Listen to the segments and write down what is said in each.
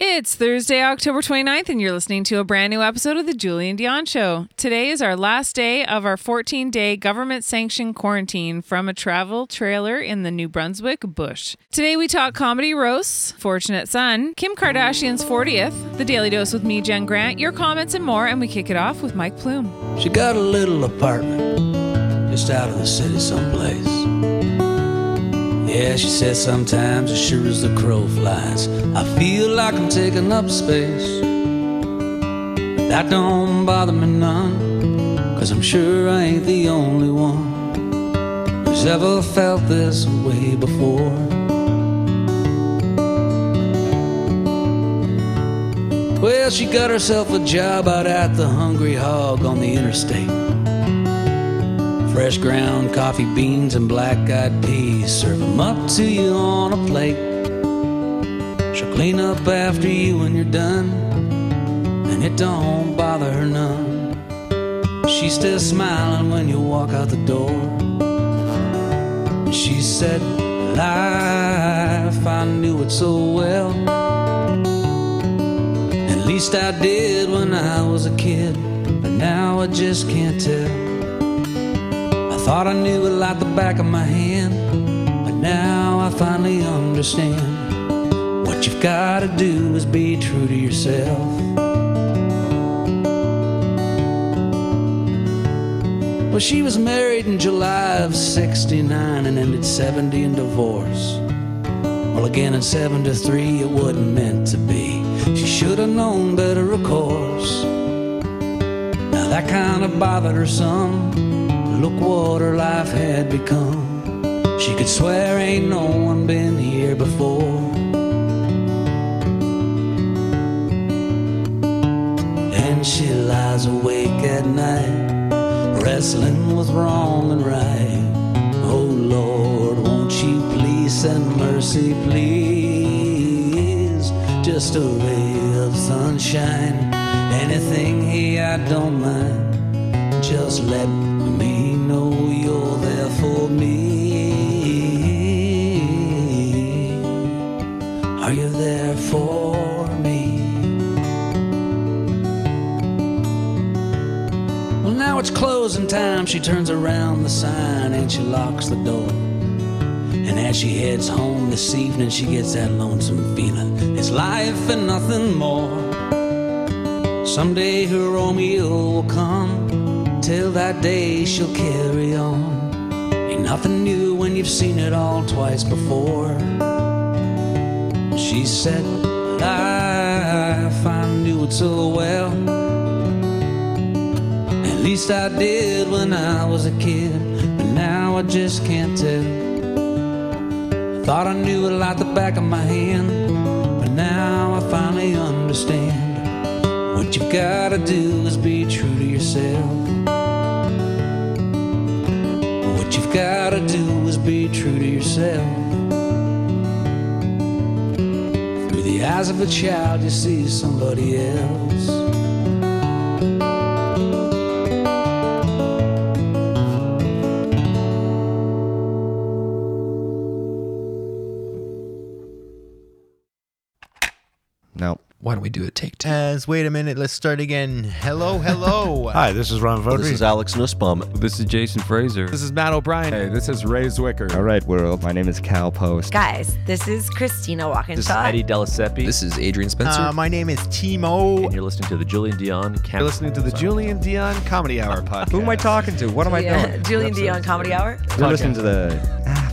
It's Thursday, October 29th, and you're listening to a brand new episode of The Julie and Dion Show. Today is our last day of our 14 day government sanctioned quarantine from a travel trailer in the New Brunswick bush. Today we talk comedy roasts, Fortunate Son, Kim Kardashian's 40th, The Daily Dose with me, Jen Grant, your comments, and more. And we kick it off with Mike Plume. She got a little apartment just out of the city someplace. Yeah, she said sometimes as sure as the crow flies, I feel like I'm taking up space. But that don't bother me none, cause I'm sure I ain't the only one who's ever felt this way before. Well, she got herself a job out at the Hungry Hog on the interstate. Fresh ground coffee beans and black eyed peas. Serve 'em up to you on a plate. She'll clean up after you when you're done, and it don't bother her none. She's still smiling when you walk out the door. She said, Life, I knew it so well. At least I did when I was a kid, but now I just can't tell. I thought I knew it like the back of my hand, but now I finally understand. What you've got to do is be true to yourself. Well, she was married in July of 69 and ended 70 in divorce. Well, again in 73, it wasn't meant to be. She should have known better, of course. Now that kind of bothered her some. Look what her life had become. She could swear ain't no one been here before. And she lies awake at night, wrestling with wrong and right. Oh Lord, won't you please send mercy, please? Just a ray of sunshine, anything here I don't mind. Just let me know you're there for me. Are you there for me? Well, now it's closing time. She turns around the sign and she locks the door. And as she heads home this evening, she gets that lonesome feeling. It's life and nothing more. Someday her Romeo will come. Till that day she'll carry on. Ain't nothing new when you've seen it all twice before. She said, Life, I knew it so well. At least I did when I was a kid, but now I just can't tell. Thought I knew it like the back of my hand, but now I finally understand. What you've gotta do is be true to yourself. What you've gotta do is be true to yourself. Through the eyes of a child, you see somebody else. No. Why don't we do a take two? As wait a minute, let's start again. Hello, hello. Hi, this is Ron Vodri. This is Alex Nussbaum. This is Jason Fraser. This is Matt O'Brien. Hey, this is Ray Zwicker. All right, world. My name is Cal Post. Guys, this is Christina Walkinshaw. This is Eddie Delaseppe. This is Adrian Spencer. Uh, my name is Timo. and you're listening to the Julian Dion Camp. You're listening to the Julian Dion Comedy Hour podcast. Who am I talking to? What am I Yeah, doing? Julian Dion Comedy Hour. You're listening to the. Ah,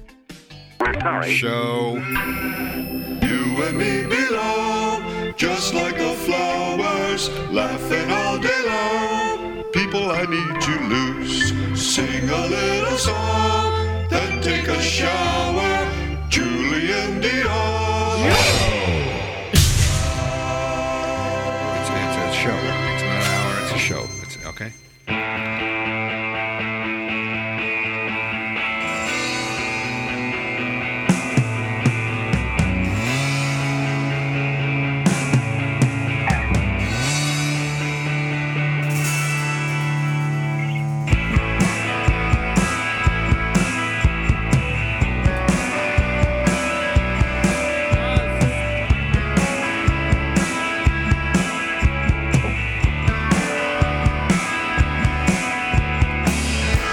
Sorry. Show. You and me belong, just like the flowers, laughing all day long. People I need to lose, sing a little song, then take a shower. Julian Dion. It's, it's a show. It's not an hour. It's a show. It's okay.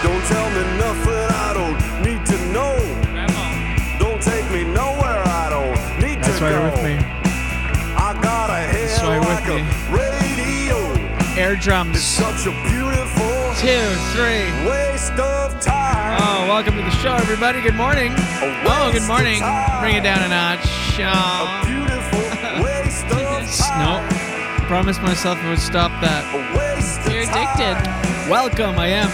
Don't tell me nothing I don't need to know. Don't take me nowhere I don't need That's to why go. you're with me. I got a That's head why you're like with a radio. Air drums. It's such a beautiful Two, three. waste of time. Oh, welcome to the show, everybody. Good morning. Oh, good morning. Bring it down a notch. A beautiful waste of No, time. promised myself I would stop that. Waste of You're addicted. Welcome, I am,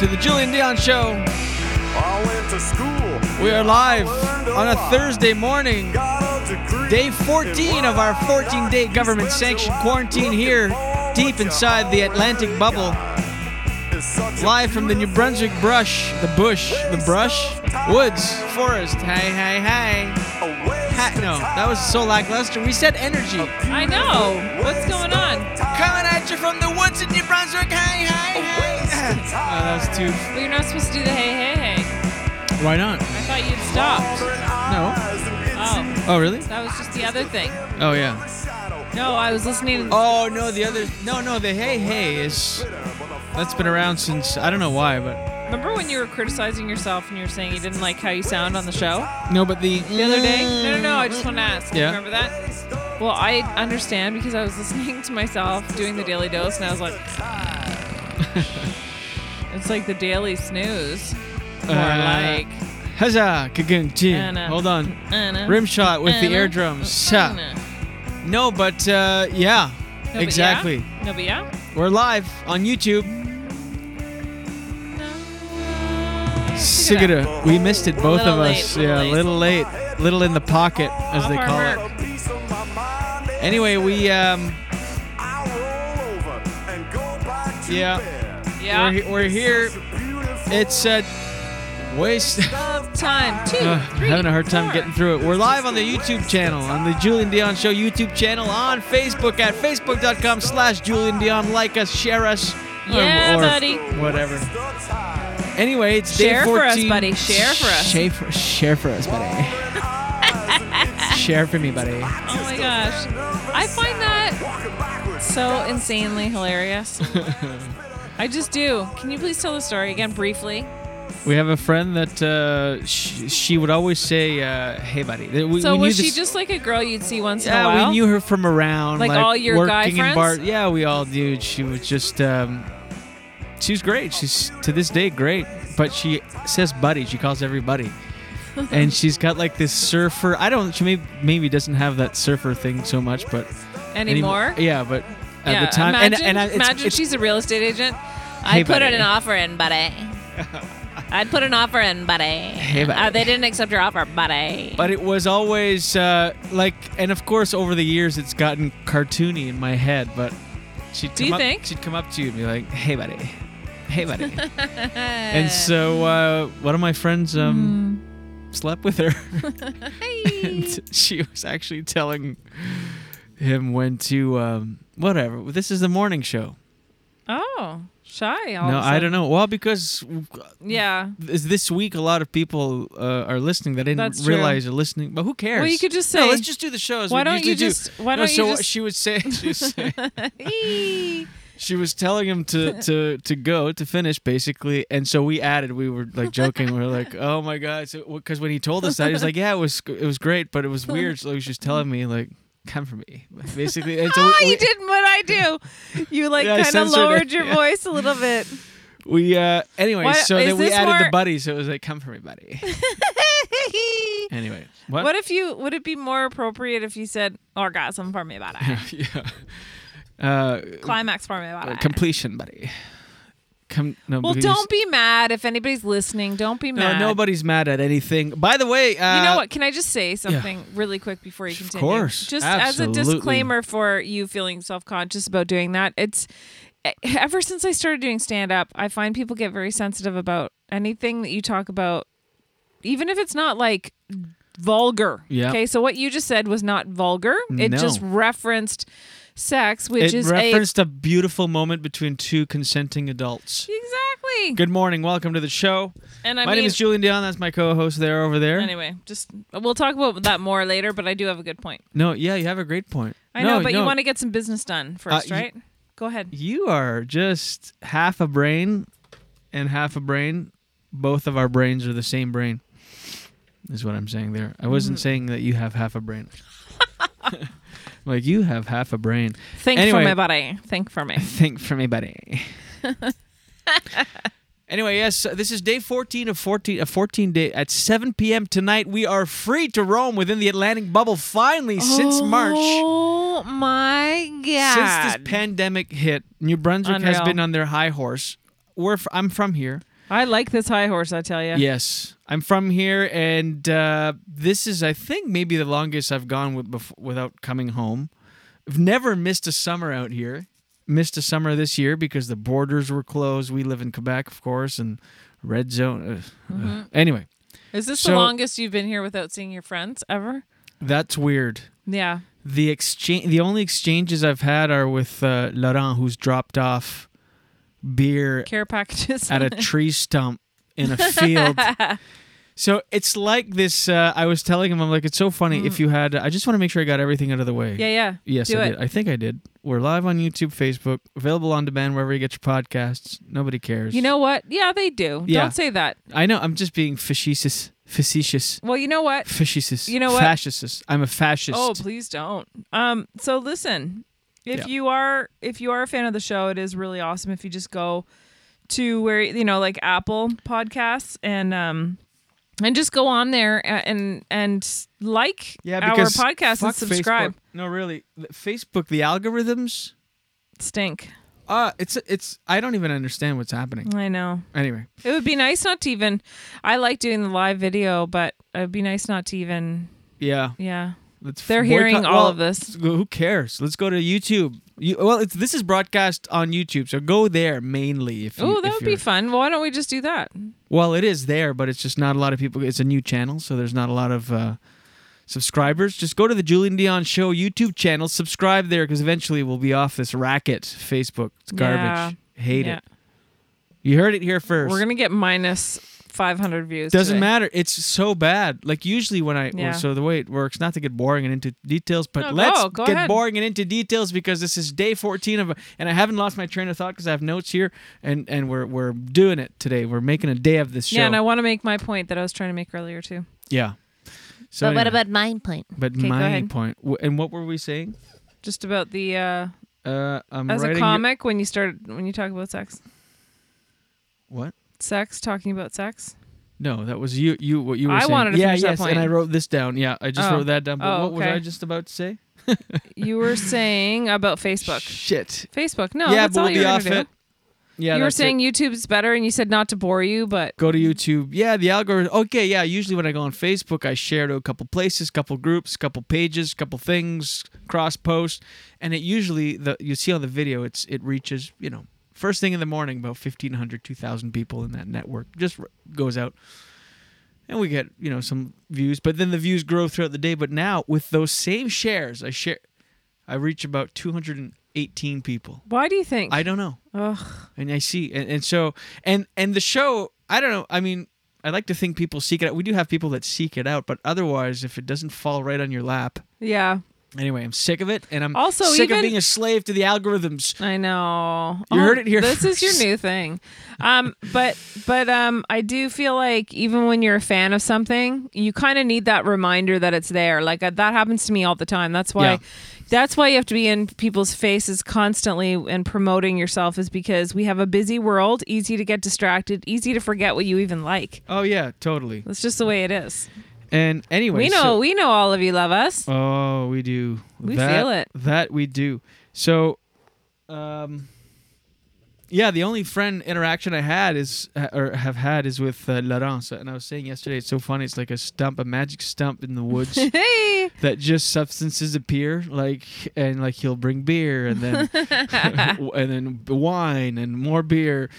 to the Julian Dion Show. I went to school. We are live on a Thursday morning, day 14 of our 14 day government sanctioned quarantine here, deep inside the Atlantic bubble. Live from the New Brunswick brush, the bush, the brush, woods, forest. Hey, hey, hey. Ha- no, that was so lackluster. We said energy. I know. What's going on? Coming at you from the woods in New Brunswick. Hey, hey, hey. Oh, that was too. Well, you're not supposed to do the hey, hey, hey. Why not? I thought you'd stopped. No. Oh. Oh, really? That was just the other thing. Oh, yeah. No, I was listening. Oh no, the other no no the hey hey is that's been around since I don't know why, but Remember when you were criticizing yourself and you were saying you didn't like how you sound on the show no, but the Mm. the other day? No, no, no. I just want to ask. Yeah. Remember that? Well, I understand because I was listening to myself doing the daily dose and I was like, it's like the daily snooze. More Uh, like. huzzah kagoon And, uh, yeah. Hold on, and, uh, rim shot with the and, uh, air drums. Sa. No, No, but uh, yeah, but exactly. yeah? No, but yeah. We're live on YouTube. Sigura, we missed it, both Little of late, us. little yeah, late. a little late, little in the pocket, as Off they our call mark. it. Anyway, we um, yeah, Yeah. we're, he- we're here. It's a waste. Love time. Two, Uh, three, having a hard time four. getting through it. We're live on the YouTube channel, on the Julian Dion Show YouTube channel, on Facebook at facebook.com slash Julian Dion. Like us, share us. Yeah, buddy. Whatever. Anyway, it's Share day 14. for us, buddy. Share for us. Share for, share for us, buddy. share for me, buddy. Oh my gosh. I find that so insanely hilarious. I just do. Can you please tell the story again briefly? we have a friend that uh, sh- she would always say, uh, hey, buddy. Th- we- so we knew was she this- just like a girl you'd see once in a Yeah, while? we knew her from around. Like all your working guy in friends? bar. Yeah, we all did. She was just. Um, she was great. She's to this day great, but she says buddy. She calls everybody, and she's got like this surfer. I don't. She maybe maybe doesn't have that surfer thing so much, but Anymore? yeah, but at yeah, the time, and- imagine, and, I, it's- imagine it's- she's a real estate agent. Hey, I put buddy. an offer in, buddy. I'd put an offer in, buddy. Hey, buddy. Uh, they didn't accept your offer, buddy. But it was always uh, like, and of course, over the years, it's gotten cartoony in my head. But she'd Do come you up, think? she'd come up to you and be like, "Hey, buddy, hey, buddy." and so uh, one of my friends um, Hmm. slept with her, and she was actually telling him when to um, whatever. This is the morning show. oh, shy? All No, of a I sudden? don't know. Well, because Yeah. th- this week a lot of people uh, are listening that I didn't That's true. realize are listening. But who cares? Well, you could just say. No, let's just do the show. as Why we don't usually you do." just? Why No, don't so you what just? She would say. She would say she was telling him to to to go to finish basically, and so we added. We were like joking. We were like, "Oh my god!" Because when he told us that, he was like, "Yeah, it was it was great, but it was weird." So he was just telling me like, "Come for me," basically. And so oh, we, you did what I do. You like Yeah, I kind of censored it. lowered your Yeah. voice a little bit. we uh, anyway. What- so is then we this added more- the buddy. So it was like, "Come for me, buddy." Anyway, What? what? if you would it be more appropriate if you said orgasm for me about it? yeah. Uh, Climax for me about it. completion, buddy. Come, no, Well, Uh, because- don't be mad if anybody's listening. Don't be No, mad. nobody's mad at anything. By the way, uh, you know what? Can I just say something really quick before you continue? course. Just Absolutely. as a disclaimer for you feeling self conscious about doing that, it's e, ever since I started doing stand up, I find people get very sensitive about anything that you talk about, even if it's not like vulgar. Yeah. Okay. So what you just said was not vulgar, it No. just referenced sex, which it is referenced a... beautiful moment between two consenting adults. a. Exactly. Good morning, welcome to the show. And I my name mean- is Julian Dion. That's my co-host there over there. Anyway, just we'll talk about that more later, but I do have a good point. No, yeah, you have a great point. I No, know, but no, Uh, you want to get some business done first, you- right? Go ahead. You are just half a brain, and half a brain. Both of our brains are the same brain. Is what I'm saying there. I wasn't Mhm. saying that you have half a brain. like you have half a brain. Think anyway, for my buddy. Think for me. Think for me, buddy. Anyway, yes, uh, this is day 14 of 14 a 14 day at 7 p.m. tonight. We are free to roam within the Atlantic bubble finally since March. Oh my god! Since this pandemic hit, New Brunswick has Unreal. been on their high horse. We're f- I'm from here. I like this high horse. I tell you. Yes, I'm from here, and uh, this is, I think, maybe the longest I've gone with bef- without coming home. I've never missed a summer out here. Missed a summer this year because the borders were closed. We live in Quebec, of course, and red zone. uh, uh, Mhm. Anyway, Is this the So- longest you've been here without seeing your friends ever? that's weird. Yeah. The exchange, the only exchanges I've had are with uh, Laurent, who's dropped off beer Care packages at a tree stump in a field. So it's like this. Uh, I was telling him, I'm like, it's so funny. If you had, I just want to make sure I got everything out of the way. Mm. Yeah, yeah. Yes, Do I it. did. I think I did. We're live on YouTube, Facebook, available on demand wherever you get your podcasts. Nobody cares. you know what? Yeah, they do. Yeah. Don't say that. I know. I'm just being facetious. Facetious. Well, you know what? Facetious. You know what? Fascist. I'm a fascist. Oh, please don't. Um, so listen, if Yeah. you are if you are a fan of the show, it is really awesome if you just go to where you know like Apple Podcasts and um and just go on there a- and and like our because podcast and fuck subscribe. Facebook. No, really, th- Facebook. The algorithms Stink. Uh it's it's. I don't even understand what's happening. I know. Anyway, It would be nice not to even. I like doing the live video, but it would be nice not to even. yeah. Yeah. Let's They're boycott- hearing all well, of this. Who cares? Let's go to YouTube. You, well, it's this is broadcast on YouTube, so go there mainly. If you, Oh, that if would be you're- fun. Why don't we just do that? Well, it is there, but it's just not a lot of people. It's a new channel, so there's not a lot of uh, subscribers. Just go to the Julian Dion Show YouTube channel, subscribe there, because eventually we'll be off this racket. Facebook, it's garbage. Yeah. Hate Yeah. it. You heard it here 1st We're gonna get minus 500 views. doesn't today. matter. It's so bad. Like usually when I Yeah. so the way it works, not to get boring and into details, but No, let's go, go get ahead. boring and into details because this is day fourteen of, and I haven't lost my train of thought because I have notes here, and and we're we're doing it today. We're making a day of this show. Yeah, and I want to make my point that I was trying to make earlier too. Yeah. So anyway. my point? But Okay, go my ahead. point. w- And what were we saying? Just about the uh, Uh, I'm as a writing your- comic when you start when you talk about sex, what? sex talking about sex. No, that was you. You what you were I saying. wanted to yeah, finish that yes, point. and I wrote this down. Yeah, I just Oh. wrote that down. But Oh, what okay. was I just about to say? You were saying about Facebook. Shit. Facebook. No, yeah, that's but all we'll you be were off gonna it. do. Yeah, you were that's it. saying YouTube's better, and you said not to bore you, but go to YouTube. Yeah, the algorithm. Okay, yeah. Usually when I go on Facebook, I share to a couple places, couple groups, couple pages, couple things, cross post, and it usually the you see on the video, it's it reaches you know first thing in the morning about 1500 2000 people in that network just r- goes out and we get you know some views but then the views grow throughout the day but now with those same shares i share i reach about 280 18 people. Why do you think? I don't know. Ugh. And I see, and, and so, and and the show, I don't know. I mean, I like to think people seek it out. We do have people that seek it out, but otherwise, if it doesn't fall right on your lap, Yeah. anyway, I'm sick of it, and I'm Also, sick even- of being a slave to the algorithms. I know. Oh, You heard it here This is your first. new thing. Um, but but um, I do feel like even when you're a fan of something, you kind of need that reminder that it's there. Like uh, that happens to me all the time. That's why. Yeah. That's why you have to be in people's faces constantly and promoting yourself is because we have a busy world, easy to get distracted, easy to forget what you even like. Oh yeah, totally. That's just the way it is. And anyway, we know so- we know all of you love us. Oh, we do. We That- feel it. That we do. So, um, yeah, the only friend interaction I had is uh, or have had is with uh, Laurence, and I was saying yesterday it's so funny. It's like a stump, a magic stump in the woods hey. that just substances appear, like and like he'll bring beer and then and then wine and more beer.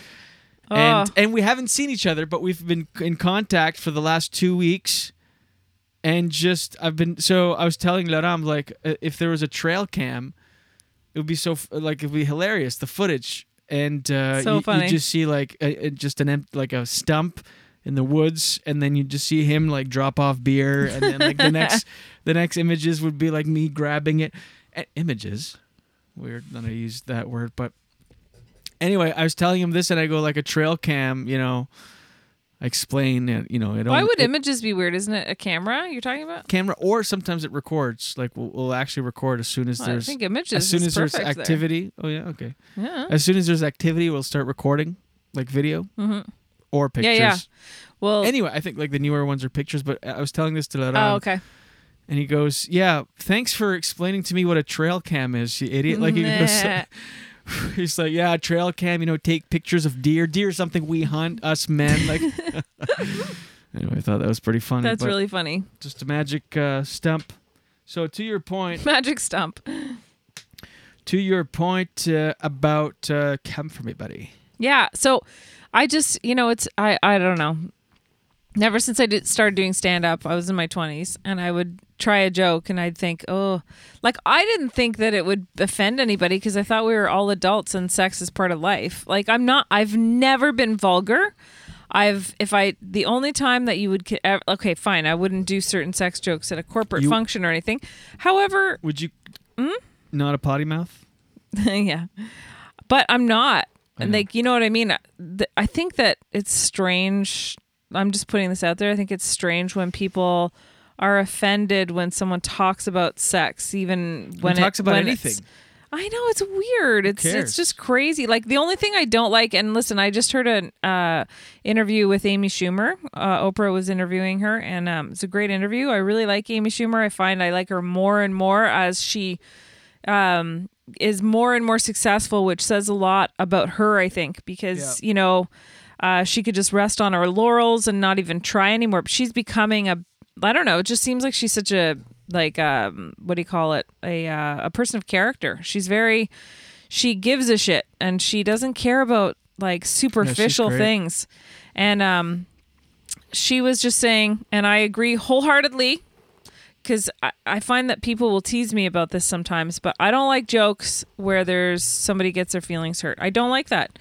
And Oh. and we haven't seen each other, but we've been in contact for the last two weeks. And just I've been so I was telling Laram like uh, if there was a trail cam, it would be so f- like it'd be hilarious the footage and uh, So you, you funny. just see like a, a- just an emp- like a stump in the woods and then you just see him like drop off beer and then like the next the next images would be like me grabbing it I- images weird that I used that word but anyway I was telling him this and I go like a trail cam you know I explain it you know it Why only- would it- images be weird? Isn't it a camera you're talking about? camera or sometimes it records like we'll, we'll actually record as soon as Well, I there's think images as soon is as there's perfect there. activity oh yeah okay Yeah. as soon as there's activity we'll start recording like video Mhm. or Yeah, pictures yeah. Well, anyway i think like the newer ones are pictures but i was telling this to Laurent, Oh, okay. and he goes yeah thanks for explaining to me what a trail cam is you idiot like he goes Nah. He's like, yeah, trail cam, you know, take pictures of deer. Deer is something we hunt, us men. Like, anyway, I thought that was pretty funny. That's but- really funny. just a magic uh, stump. So to your point, Magic stump. to your point uh, about uh, come for me, buddy. Yeah. So I just, you know, it's, I, I don't know. Never since I did, started doing stand up, I was in my 20s and I would try a joke and I'd think, oh, like I didn't think that it would offend anybody because I thought we were all adults and sex is part of life. Like I'm not, I've never been vulgar. I've, if I, the only time that you would, ca- ev- okay, fine, I wouldn't do certain sex jokes at a corporate You- function or anything. However, Would you? Hmm? Not a potty mouth. yeah. But I'm not. And like, you know what I mean? Th- I think that it's strange. I'm just putting this out there. I think it's strange when people are offended when someone talks about sex, even when it- talks about when it's- anything. I know it's weird. It's it's cares? just crazy. Like the only thing I don't like, and listen, I just heard an uh, interview with Amy Schumer. Uh, Oprah was interviewing her, and um, it's a great interview. I really like Amy Schumer. I find I like her more and more as she um, is more and more successful, which says a lot about her, I think, because, you know, uh, she could just rest on her laurels and not even try anymore. But she's becoming a, I don't know, it just seems like she's such a, like, um, what do you call it? A, uh, a person of character. She's very, she gives a shit and she doesn't care about like superficial great. things. And, um, she was just saying, and I agree wholeheartedly because I, I find that people will tease me about this sometimes, but I don't like jokes where there's somebody gets their feelings hurt. I don't like that.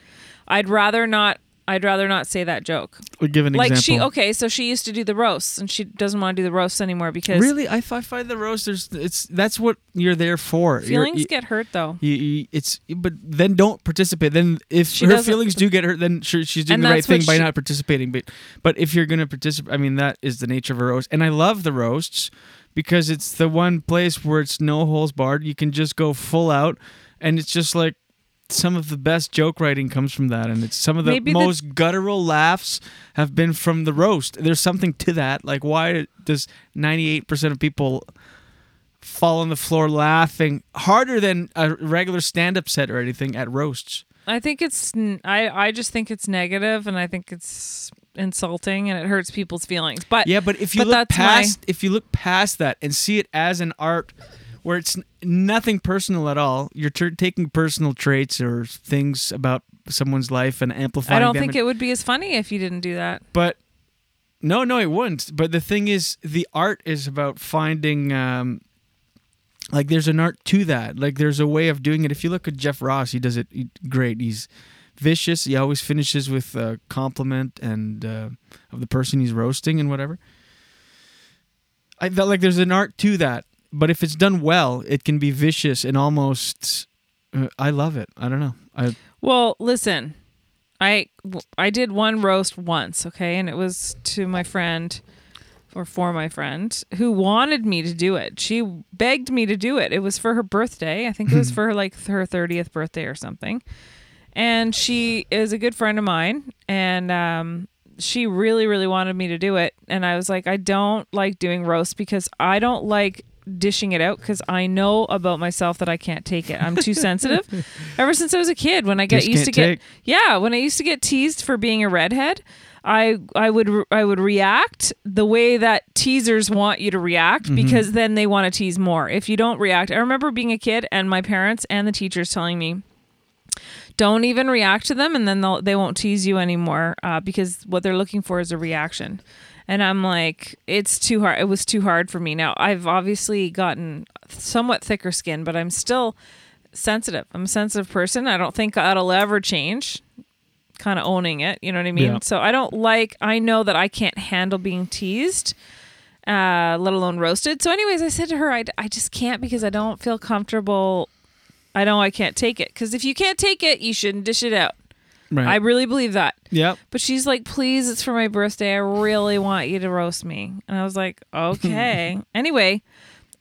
I'd rather not. I'd rather not say that joke. Well, give an like she example. okay, so she used to do the roasts, and she doesn't want to do the roasts anymore because Really, I, fi- find the roasters. It's that's what you're there for. You're- feelings you- get hurt though. you- you- it's but then don't participate. Then if She her doesn't- feelings do get hurt, then sure she's doing And the right that's what thing by she- not participating. But but if you're gonna participate, I mean that is the nature of a roast, and I love the roasts because it's the one place where it's no holes barred. You can just go full out, and it's just like some of the best joke writing comes from that, and it's some of the Maybe the- most guttural laughs have been from the roast. There's something to that. Like why does 98% of people fall on the floor laughing harder than a regular stand-up set or anything at roasts. I think it's n- I I just think it's negative, and I think it's insulting, and it hurts people's feelings. But yeah, but if you look that's my- past if you look past that and see it as an art where it's n- nothing personal at all, you're tur taking personal traits or things about someone's life and amplifying I don't them think and- it would be as funny if you didn't do that. But no, no, it wouldn't. But the thing is, the art is about finding um, like there's an art to that like there's a way of doing it if you look at jeff ross he does it he- great he's vicious he always finishes with a compliment and uh, of the person he's roasting and whatever i felt like there's an art to that but if it's done well it can be vicious and almost uh, i love it i don't know i Well, listen, I w- I did one roast once, okay, and it was to my friend or for my friend who wanted me to do it. She begged me to do it. It was for her birthday. I think it was for like her 30th birthday or something. And she is a good friend of mine and um she really really wanted me to do it and I was like I don't like doing roasts because I don't like dishing it out cuz I know about myself that I can't take it. I'm too sensitive. Ever since I was a kid when I get Just used to can't get take. yeah, when I used to get teased for being a redhead, I I would re- I would react the way that teasers want you to react Mhm. Mm-hmm. because then they want to tease more. If you don't react, I remember being a kid and my parents and the teachers telling me don't even react to them and then they'll, they won't tease you anymore uh, because what they're looking for is a reaction and i'm like it's too hard it was too hard for me now i've obviously gotten somewhat thicker skin but i'm still sensitive i'm a sensitive person i don't think that'll ever change kind of owning it you know what i mean Yeah. so i don't like i know that i can't handle being teased uh, let alone roasted so anyways i said to her I, I just can't because i don't feel comfortable I know I can't take it. Because if you can't take it, you shouldn't dish it out. Right. I really believe that. Yep. But she's like, please, it's for my birthday. I really want you to roast me. And I was like, okay. anyway,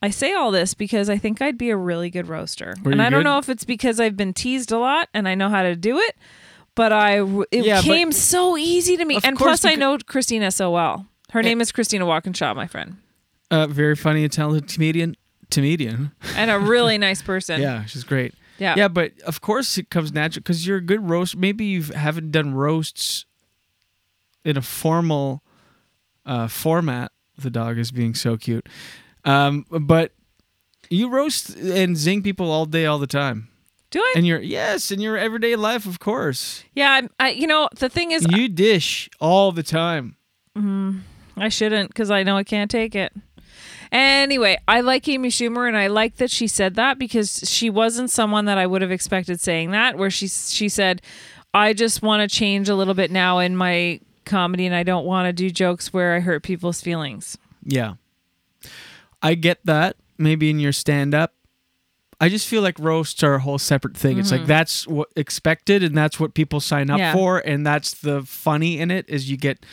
I say all this because I think I'd be a really good roaster. Were and you I don't good? know if it's because I've been teased a lot and I know how to do it, but I it Yeah, but- came so easy to me. Of And course plus, you I could- know Christina so well. Her name is Christina Walkinshaw, my friend, uh, very funny and talented comedian comedian and a really nice person. Yeah, she's great. Yeah. Yeah, but of course it comes natural because you're a good roast. Maybe you haven't done roasts in a formal uh, format. The dog is being so cute. Um, but you roast and zing people all day, all the time. Do I? And you're, yes, in your everyday life, of course. Yeah, I'm- I, you know, the thing is, You dish all the time. Mm, I shouldn't because I know I can't take it. Anyway, I like Amy Schumer, and I like that she said that because she wasn't someone that I would have expected saying that. Where she she said, "I just want to change a little bit now in my comedy, and I don't want to do jokes where I hurt people's feelings." Yeah. I get that. Maybe in your stand up. I just feel like roasts are a whole separate thing. It's like Mhm. that's what expected and that's what people sign up Yeah. for and that's the funny in it is you get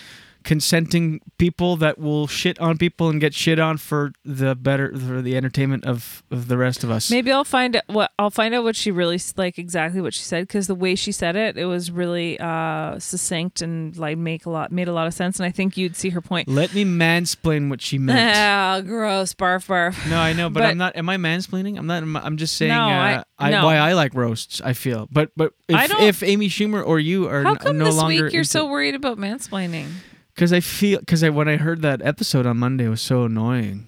consenting people that will shit on people and get shit on for the better for the entertainment of, of the rest of us. Maybe I'll find out what I'll find out what she really s- like exactly what she said because the way she said it, it was really uh, succinct and like make a lot made a lot of sense, and I think you'd see her point. Let me mansplain what she meant. Ah, gross, barf, barf. No, I know, but, I'm But- not. Am I mansplaining? I'm not. I'm, I'm just saying. No, uh, I- I, no. why I like roasts. I feel, but but if, I don't- if Amy Schumer or you are How n- come no this longer, week you're so worried about mansplaining? Because I feel because I when I heard that episode on Monday it was so annoying.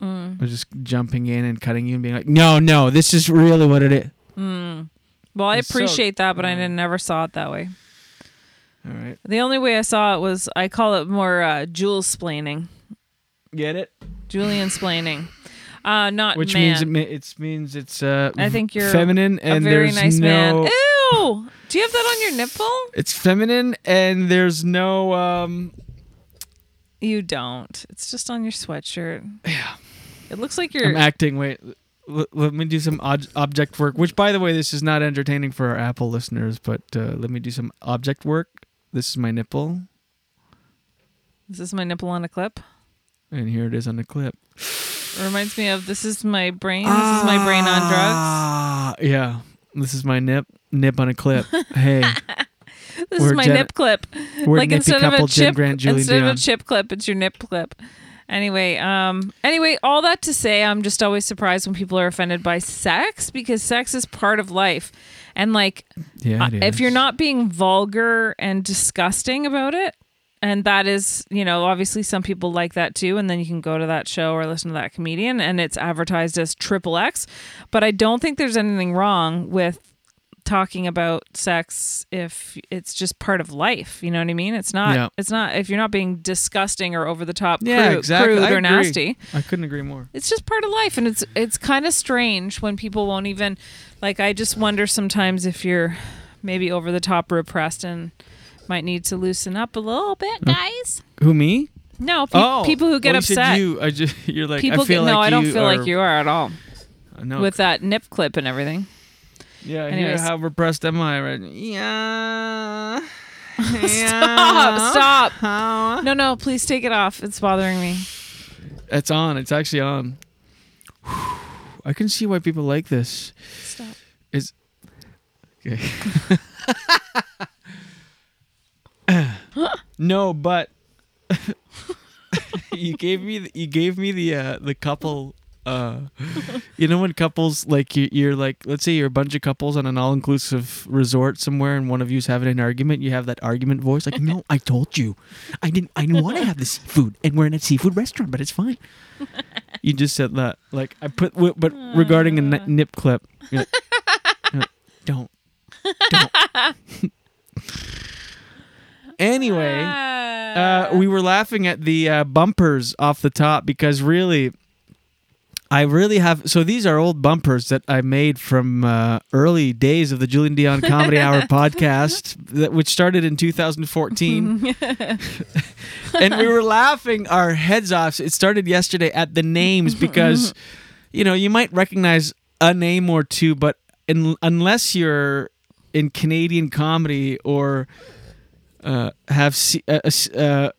I Mm. was just jumping in and cutting you and being like, no, no, this is really what it is. Mm. Well, I It's so- appreciate that, but I didn't, never saw it that way. All right, The only way I saw it was I call it more uh, Jules splaining, get it? Julian splaining, uh, not Which man. means it, ma- it means it's uh, I think you're feminine and a very there's nice no. man. Ew! Do you have that on your nipple? It's feminine and there's no um. You don't. It's just on your sweatshirt. Yeah. It looks like you're. I'm acting. Wait, l- let me do some ob- object work. Which, by the way, this is not entertaining for our Apple listeners, but uh, let me do some object work. This is my nipple, this is my nipple on a clip. and here it is on the clip. It reminds me of this is my brain. This is my brain on drugs. Ah, yeah. This is my nip nip on a clip. Hey, This We're is my gen- nip clip. we're like nippy instead of couple, a Jen chip, Grant, Julie instead of Dion. a chip clip, it's your nip clip. Anyway, um, anyway, all that to say, I'm just always surprised when people are offended by sex because sex is part of life, and like, Yeah, it uh, if is. you're not being vulgar and disgusting about it, and that is, you know, obviously some people like that too, and then you can go to that show or listen to that comedian, and it's advertised as triple X, but I don't think there's anything wrong with talking about sex if it's just part of life. You know what I mean? It's not. Yeah. It's not if you're not being disgusting or over the top, Yeah, crude, exactly. crude I or agree. nasty. I couldn't agree more. It's just part of life, and it's it's kind of strange when people won't even like. I just wonder sometimes if you're maybe over the top repressed and might need to loosen up a little bit, guys. Who me? No, pe- people who get Hmm. Oh, well, you said upset. You, I just, you're like, people I feel get, like no, I don't you feel are- like you are at all. No. with that nip clip and everything. Yeah, Anyways. yeah. How repressed am I? Right? Yeah. Stop! Stop! No, no, please take it off. It's bothering me. It's on. It's actually on. I can see why people like this. Stop. Is okay. no, but you gave me the, you gave me the uh, the couple. Uh, you know when couples like you, you're like let's say you're a bunch of couples on an all inclusive resort somewhere and one of you's having an argument you have that argument voice like no I told you I didn't I didn't want to have the seafood and we're in a seafood restaurant but it's fine you just said that. Like I put, w- but regarding a ni- nip clip, you're like, you're like, don't, don't. anyway, Ah, uh, we were laughing at the uh, bumpers off the top because really, I really have. So these are old bumpers that I made from uh, early days of the Julian Dion Comedy Hour podcast, that, which started in 2014 and we were laughing our heads off. It started yesterday at the names because, you know, you might recognize a name or two, but in, unless you're in Canadian comedy or uh, have C- a, a s- uh,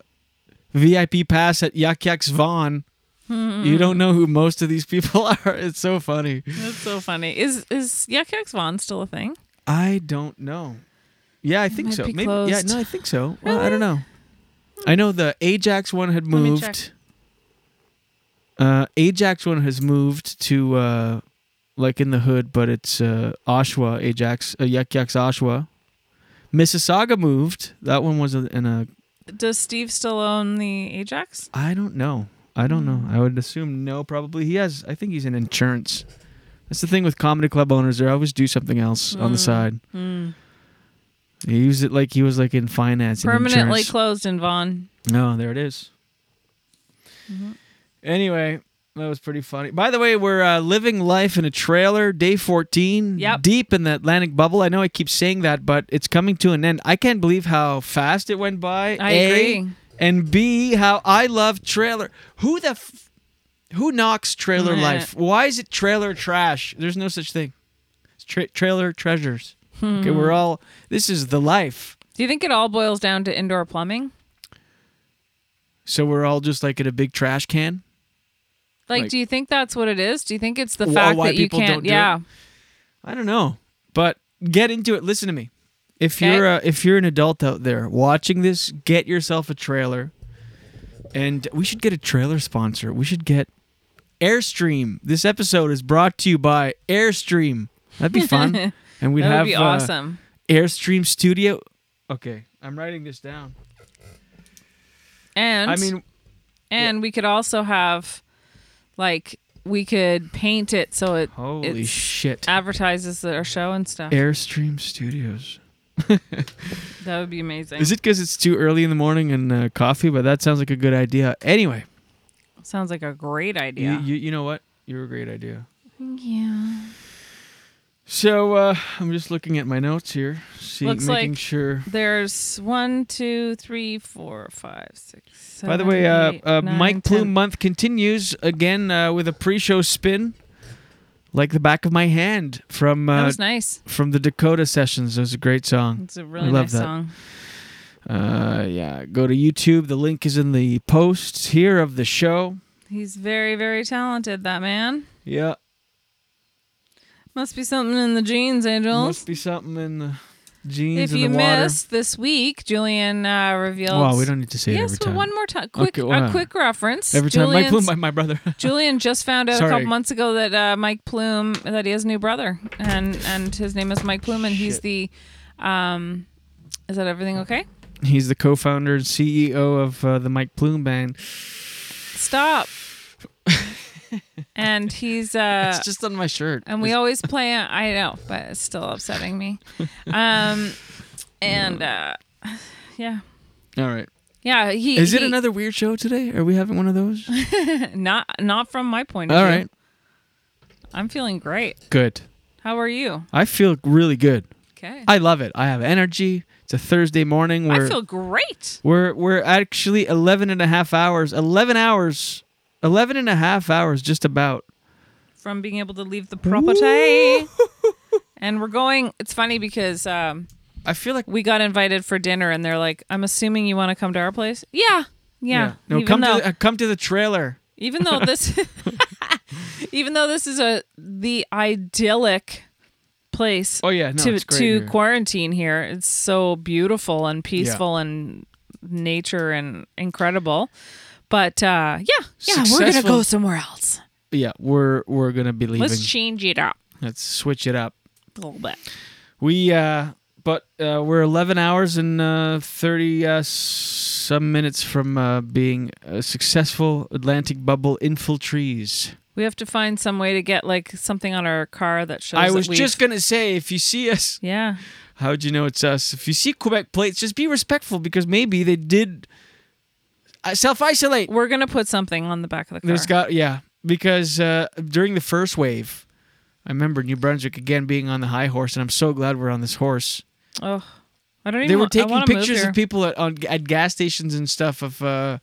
VIP pass at Yak Yak's Vaughn, Hmm. you don't know who most of these people are. It's so funny. That's so funny. Is is Yuck Yucks Vaughn still a thing? I don't know. Yeah, I think might so. be Maybe. Yeah, closed. no, I think so. Well, I don't know. I know the Ajax one had me moved. check. Uh, Ajax one has moved to uh, like in the hood, but it's uh, Oshawa Ajax uh, Yuck Yucks Oshawa. Mississauga moved. That one was in a. Does Steve still own the Ajax? I don't know. I don't know. I would assume no. Probably he has. I think he's in insurance. That's the thing with comedy club owners. They always do something else on the side. Mm. He used it like he was like in finance. and Permanently insurance. closed in Vaughn. No, there it is. Mm-hmm. Anyway, that was pretty funny. By the way, we're uh, living life in a trailer, day 14, Yep. deep in the Atlantic bubble. I know I keep saying that, but it's coming to an end. I can't believe how fast it went by. I A, agree. And B, how I love trailer. Who the f- who knocks trailer Meh. life? Why is it trailer trash? There's no such thing. It's tra- trailer treasures. Okay, Hmm. we're all this is the life. Do you think it all boils down to indoor plumbing? So we're all just like in a big trash can. Like, Like- do you think that's what it is? Do you think it's the Wh- fact why that you people don't can't? do it? yeah. I don't know, but get into it. Listen to me. If Okay. you're a, if you're an adult out there watching this, get yourself a trailer. And we should get a trailer sponsor. We should get Airstream. This episode is brought to you by Airstream. That'd be fun. and we'd That would have be uh, awesome. Airstream Studio. Okay, I'm writing this down. And I mean- and we could also have, like, we could paint it so it Holy it's- shit. advertises our show and stuff. Airstream Studios. That would be amazing. Is it because it's too early in the morning and uh, coffee? But that sounds like a good idea. Anyway, Sounds like a great you- idea. you, you know what? You're a great idea. yeah. So uh, I'm just looking at my notes here, see, Looks making like sure. There's one, two, three, four, five, six, seven. By the way, uh, eight, uh, nine, Mike Plume ten. month continues again uh, with a pre-show spin, like the back of my hand from uh, That was nice. from the Dakota sessions. That was a great song. It's a really I love nice that. song. Uh, yeah, go to YouTube. The link is in the post here of the show. He's very, very talented, that man. Yeah, Must be something in the jeans, Angels. must be something in the If jeans and you the water. missed this week, Julian uh, revealed. Wow, we don't need to say it yes, every but time. one more time. Quick, Okay, wow. a quick reference. Every time Mike Plume, Julian's- my, my brother. Julian just found out a Sorry. couple months ago that uh, Mike Plume that he has a new brother and and his name is Mike Plume and he's the um is that everything okay? He's the co-founder and E CEO of uh, the Mike Plume Band. Stop. and he's uh It's just on my shirt. and we always play I know, but it's still upsetting me. Um and uh yeah. All right. Yeah, he Is it he- another weird show today? Are we having one of those? not not from my point of All view. right. I'm feeling great. Good. How are you? I feel really good. Okay. I love it. I have energy. It's a Thursday morning. We're, I feel great. We're we're actually 11 and a half hours. 11 hours. 11 and a half hours just about. from being able to leave the property. and we're going. It's funny because um, I feel like we got invited for dinner, and they're like, "I'm assuming you want to come to our place." Yeah, yeah. No, even come though, to the, uh, come to the trailer. even though this, even though this is a the idyllic place. Oh, yeah, no, to it's great to here. quarantine here. It's so beautiful and peaceful and nature and incredible. But uh, yeah, yeah, we're gonna go Successful- somewhere else. Yeah, we're we're going to be leaving. Let's change it up Let's switch it up. a little bit. We uh but uh we're 11 hours and uh 30 uh, some minutes from uh being a successful Atlantic bubble infiltrees. We have to find some way to get like something on our car that shows. I that was we've- just going to say if you see us Yeah. How'd you know it's us? If you see Quebec plates, just be respectful because maybe they did self isolate. We're gonna put something on the back of the car. There's got yeah, because uh, during the first wave, I remember New Brunswick again being on the high horse, and I'm so glad we're on this horse. Oh, I don't even. They were want- I taking wanna move pictures here. of people at on, at gas stations and stuff of uh,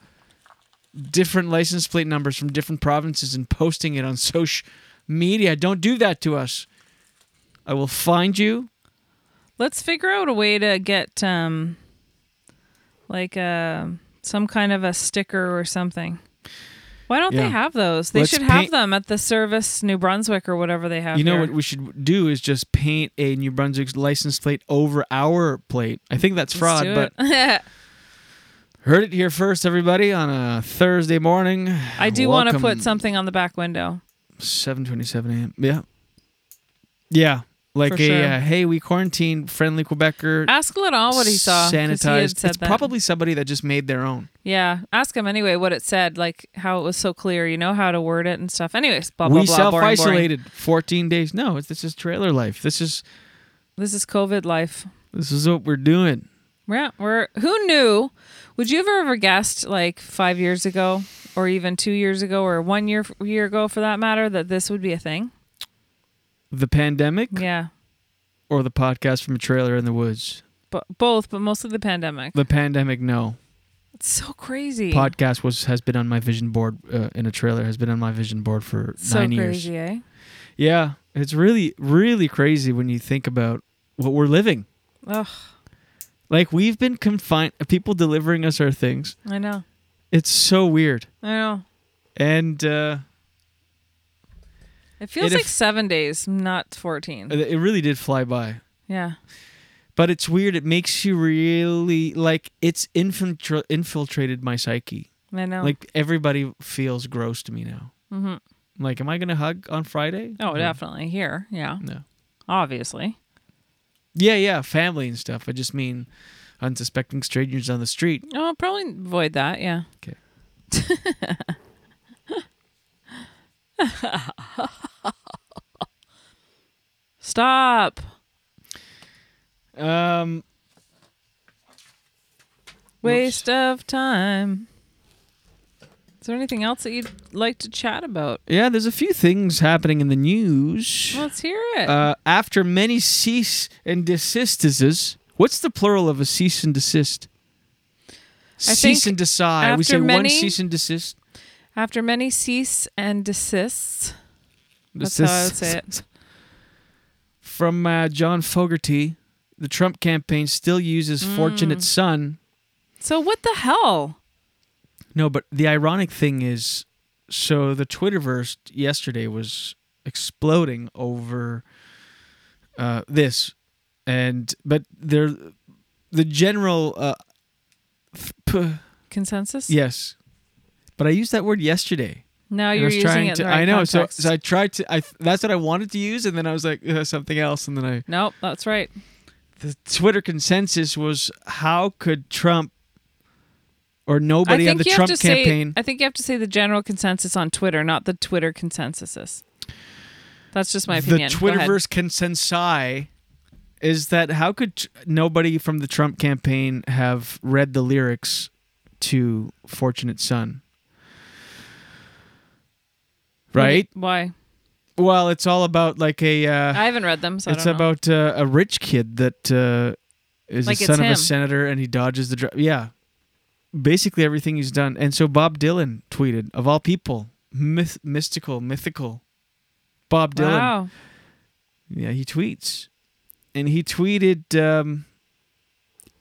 different license plate numbers from different provinces and posting it on social media. Don't do that to us. I will find you. Let's figure out a way to get um, like uh, some kind of a sticker or something. Why don't Yeah. they have those? They Let's should have paint- them at the service New Brunswick or whatever they have. You know here. what we should do is just paint a New Brunswick license plate over our plate. I think that's Let's fraud, do but it. heard it here first, everybody, on a Thursday morning. I do want to put Welcome, something on the back window. 7:27 a.m. Yeah, yeah, like For a sure. uh, hey, we quarantined friendly Quebecer. Ask Laurent what he saw, 'cause he had Sanitized. said it's that. probably somebody that just made their own. Yeah, ask him anyway what it said, like how it was so clear, you know, how to word it and stuff. Anyways, blah blah we blah. boring, boring. self-isolated 14 days. No, it's, this is trailer life. This is This is COVID life. this is what we're doing. Yeah, we're who knew? Would you ever ever guessed like five years ago, or even two years ago, or one year year ago for that matter, that this would be a thing? The pandemic Yeah, or the podcast from a trailer in the woods. but both, but mostly the pandemic. The pandemic, no. It's so crazy. podcast was has been on my vision board uh, in a trailer has been on my vision board for so nine crazy, years. eh? Yeah, it's really really crazy when you think about what we're living. Ugh, Like we've been confined, people delivering us our things. I know, It's so weird, I know. and uh, It feels It like if- seven days, not fourteen. it it really did fly by. yeah, But it's weird. It makes you really like it's infiltra- infiltrated my psyche. I know. Like everybody feels gross to me now. Mhm. Like, am I gonna hug on Friday? Oh, Or- definitely here. Yeah. No. Obviously. Yeah, yeah, family and stuff. I just mean unsuspecting strangers on the street. Oh, probably avoid that. Yeah. Okay. Stop. Um. Waste of time. Is there anything else that you'd like to chat about? Yeah, there's a few things happening in the news. Let's hear it. Uh, after many cease and desistises, what's the plural of a cease and desist? Cease think and decide. We after say one many- cease and desist. After many cease and desists, that's how I would say it. From uh, John Fogerty, the Trump campaign still uses Mm. fortunate son. So what the hell? No, but the ironic thing is, so the Twitterverse yesterday was exploding over uh, this, and but there, the general uh, th- p- Consensus? yes, but I used that word yesterday. Now and I you're was using trying it in to- the right I know. context. So, so I tried to. I that's what I wanted to use, and then I was like uh, something else, and then I Nope, that's right. the Twitter consensus was how could Trump or nobody on the Trump campaign. Say, I think you have to say the general consensus on Twitter, not the Twitter consensus. That's just my the opinion. Go ahead. Twitterverse consensi is that how could t- nobody from the Trump campaign have read the lyrics to Fortunate Son? Right? Why? Well, it's all about like a. Uh, I haven't read them, so I it's don't know. about uh, a rich kid that uh, is Like a it's son of him. a senator and he dodges the dra- yeah. Basically everything he's done, and so Bob Dylan tweeted of all people, myth- mystical, mythical, Bob Dylan. Wow. Yeah, he tweets, and he tweeted. Um,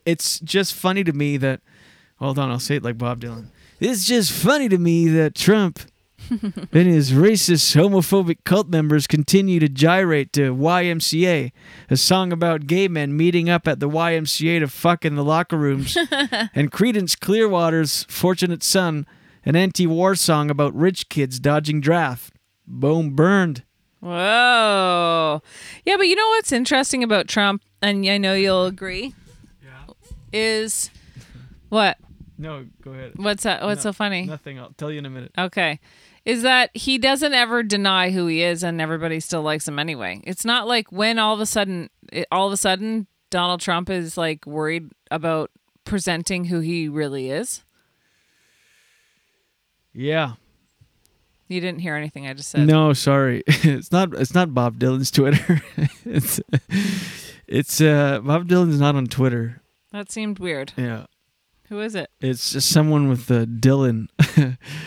it's just funny to me that. Hold on, I'll say it like Bob Dylan. It's just funny to me that Trump and his racist, homophobic cult members continue to gyrate to YMCA, a song about gay men meeting up at the YMCA to fuck in the locker rooms, and Credence Clearwater's Fortunate Son, an anti war song about rich kids dodging draft. Boom, burned. Whoa. Yeah, but you know what's interesting about Trump, and I know you'll agree, yeah. is what? No, go ahead. What's that? What's No, Oh, so funny? Nothing. I'll tell you in a minute. Okay. Is that he doesn't ever deny who he is and everybody still likes him anyway. It's not like when all of a sudden it, all of a sudden Donald Trump is like worried about presenting who he really is. Yeah. You didn't hear anything I just said. No, sorry. It's not it's not Bob Dylan's Twitter. it's it's uh Bob Dylan's not on Twitter. That seemed weird. Yeah. Who is it? It's just someone with uh, Dylan.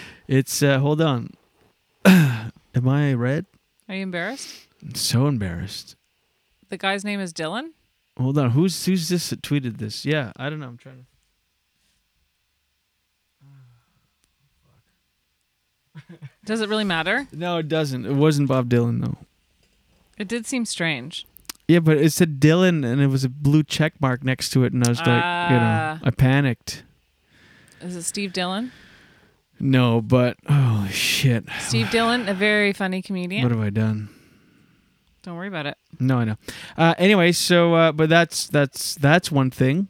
it's uh hold on. Am I red? Are you embarrassed? I'm so embarrassed. The guy's name is Dylan? Hold on. Who's who's this that tweeted this? Yeah, I don't know. I'm trying to Does it really matter? No, it doesn't. It wasn't Bob Dylan though. It did seem strange. Yeah, but it said Dylan and it was a blue check mark next to it and I was like, you know, Ah. I panicked. Is it Steve Dylan? No, but holy shit. Steve Dylan, a very funny comedian. What have I done? Don't worry about it. No, I know. Uh, anyway, so uh, but that's that's that's one thing.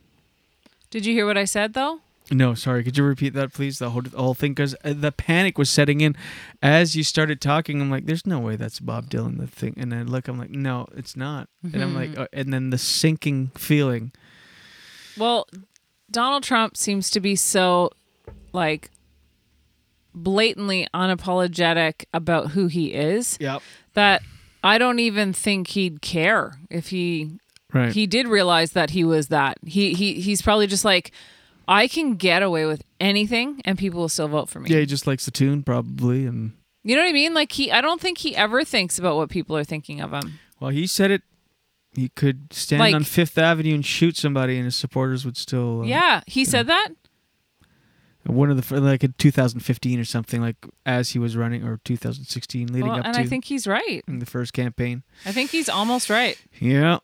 Did you hear what I said though? No, sorry. Could you repeat that, please? The whole, the whole thing, because the panic was setting in as you started talking. I'm like, "There's no way that's Bob Dylan." The thing, and I look, I'm like, "No, it's not." And I'm like, Mhm. uh, and then the sinking feeling. Well, Donald Trump seems to be so like blatantly unapologetic about who he is. Yep. That I don't even think he'd care if he Right. he did realize that he was that. He he he's probably just like I can get away with anything and people will still vote for me. Yeah, he just likes the tune, probably, and You know what I mean? Like he I don't think he ever thinks about what people are thinking of him. well, he said it. He could stand Like- on Fifth Avenue and shoot somebody, and his supporters would still. Uh, yeah, he said that? one of the fir- like in 2015 or something like as he was running or 2016 leading Well, up and to I think he's right. in the first campaign I think he's almost right. yeah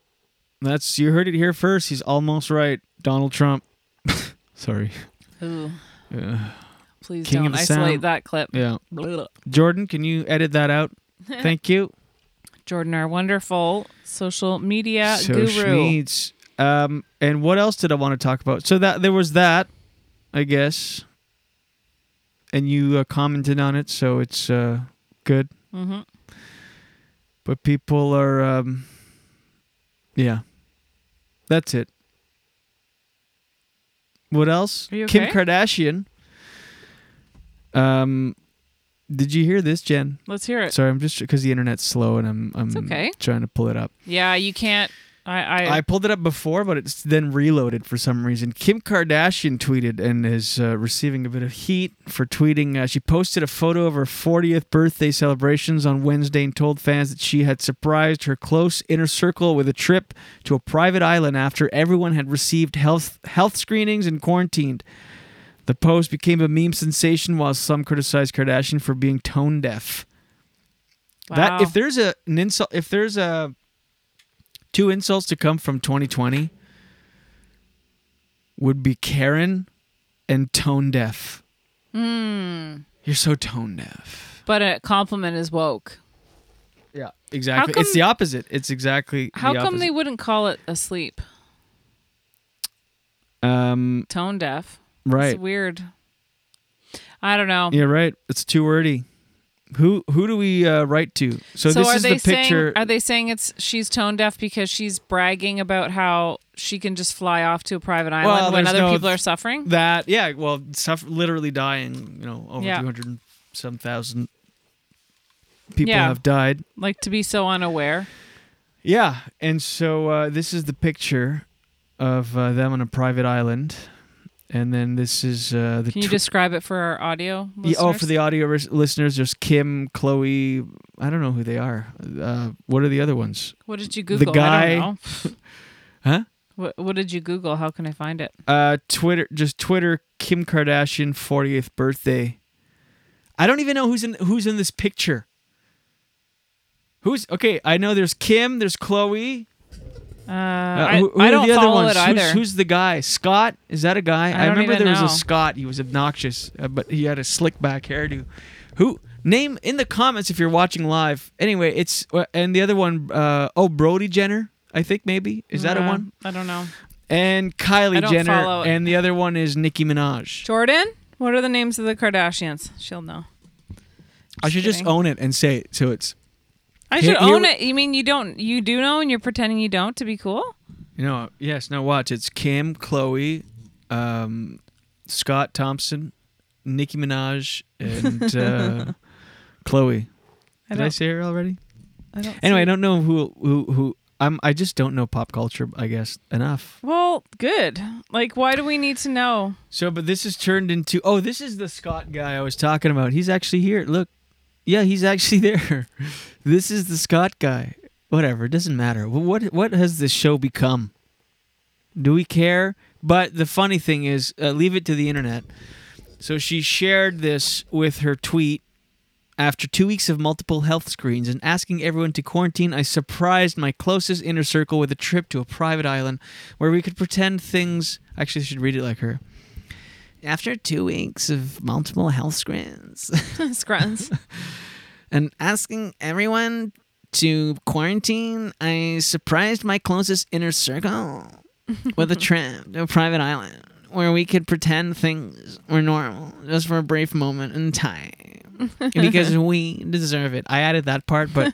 that's you heard it here first he's almost right donald trump sorry Ooh. Ugh. Please King of don't the isolate sound. that clip. yeah Blah. jordan can you edit that out thank you Jordan, our wonderful social media so guru. Schmeeds. um and what else did i want to talk about so that there was that i guess and you uh, commented on it so it's uh good hmm but people are um yeah that's it what else Are you kim okay? kardashian um did you hear this jen Let's hear it. sorry i'm just because the internet's slow and i'm i'm okay. trying to pull it up Yeah, you can't. I, I, I pulled it up before, but it's then reloaded for some reason. Kim Kardashian tweeted and is uh, receiving a bit of heat for tweeting. Uh, she posted a photo of her 40th birthday celebrations on Wednesday and told fans that she had surprised her close inner circle with a trip to a private island after everyone had received health health screenings and quarantined. The post became a meme sensation while some criticized Kardashian for being tone deaf. Wow. That if there's a an insult if there's a two insults to come from 2020 would be Karen and tone deaf. Hmm. You're so tone deaf. but a compliment is woke. Yeah, Exactly. How come, it's the opposite. It's exactly how the come opposite. they wouldn't call it asleep? um Tone deaf. Right. It's weird. I don't know. You're right. It's too wordy. Who who do we uh, write to? So, this are is they the picture. saying are they saying it's she's tone deaf because she's bragging about how she can just fly off to a private island Well, when there's other no- people are suffering? That yeah, well, suffer, literally dying. You know, over Yeah. two hundred some thousand people Yeah. have died. Like to be so unaware. Yeah, and so uh, this is the picture of uh, them on a private island, and then this is uh, the Can you tw- describe it for our audio? the- oh for listeners? the audio ris- listeners. There's Kim, Chloe. I don't know who they are. Uh, what are the other ones? What did you Google? The I guy, don't huh? What, what did you Google? How can I find it? Uh, Twitter, just Twitter. Kim Kardashian, 48th birthday. I don't even know who's in who's in this picture. Who's okay? I know there's Kim, there's Chloe. Uh, Uh, I, who, who I are don't the other follow it ones? either. Who's, who's the guy? Scott? Is that a guy? I don't remember even there was know. a Scott. He was obnoxious, uh, but he had a slick back hairdo. Who? Name in the comments if you're watching live. Anyway, it's uh, and the other one. Uh, oh, Brody Jenner. I think maybe is that a Uh, one? I don't know. And I Kylie don't Jenner, follow it. and the other one is Nicki Minaj. Jordan, what are the names of the Kardashians? She'll know. I should just kidding. own it and say it so it's I Here- should here- own it. You mean you don't? You do know, and you're pretending you don't to be cool. you know yes now watch it's Kim, Chloe, um, Scott Thompson, Nicki Minaj, and uh, Chloe. I Did I don't- say her already? I don't Anyway, see- I don't know who who who I'm. I just don't know pop culture. I guess enough. Well, good. Like, why do we need to know? So, but this is turned into. Oh, this is the Scott guy I was talking about. He's actually here. Look, yeah, he's actually there. this is the Scott guy. Whatever, it doesn't matter. Wh- What what has this show become? Do we care? But the funny thing is, uh, leave it to the internet. So she shared this with her tweet. After two weeks of multiple health screens and asking everyone to quarantine, I surprised my closest inner circle with a trip to a private island where we could pretend things. Actually, I should read it like her. After two weeks of multiple health screens Scruns. and asking everyone to quarantine, I surprised my closest inner circle with a trip to a private island where we could pretend things were normal just for a brief moment in time because we deserve it. I added that part, but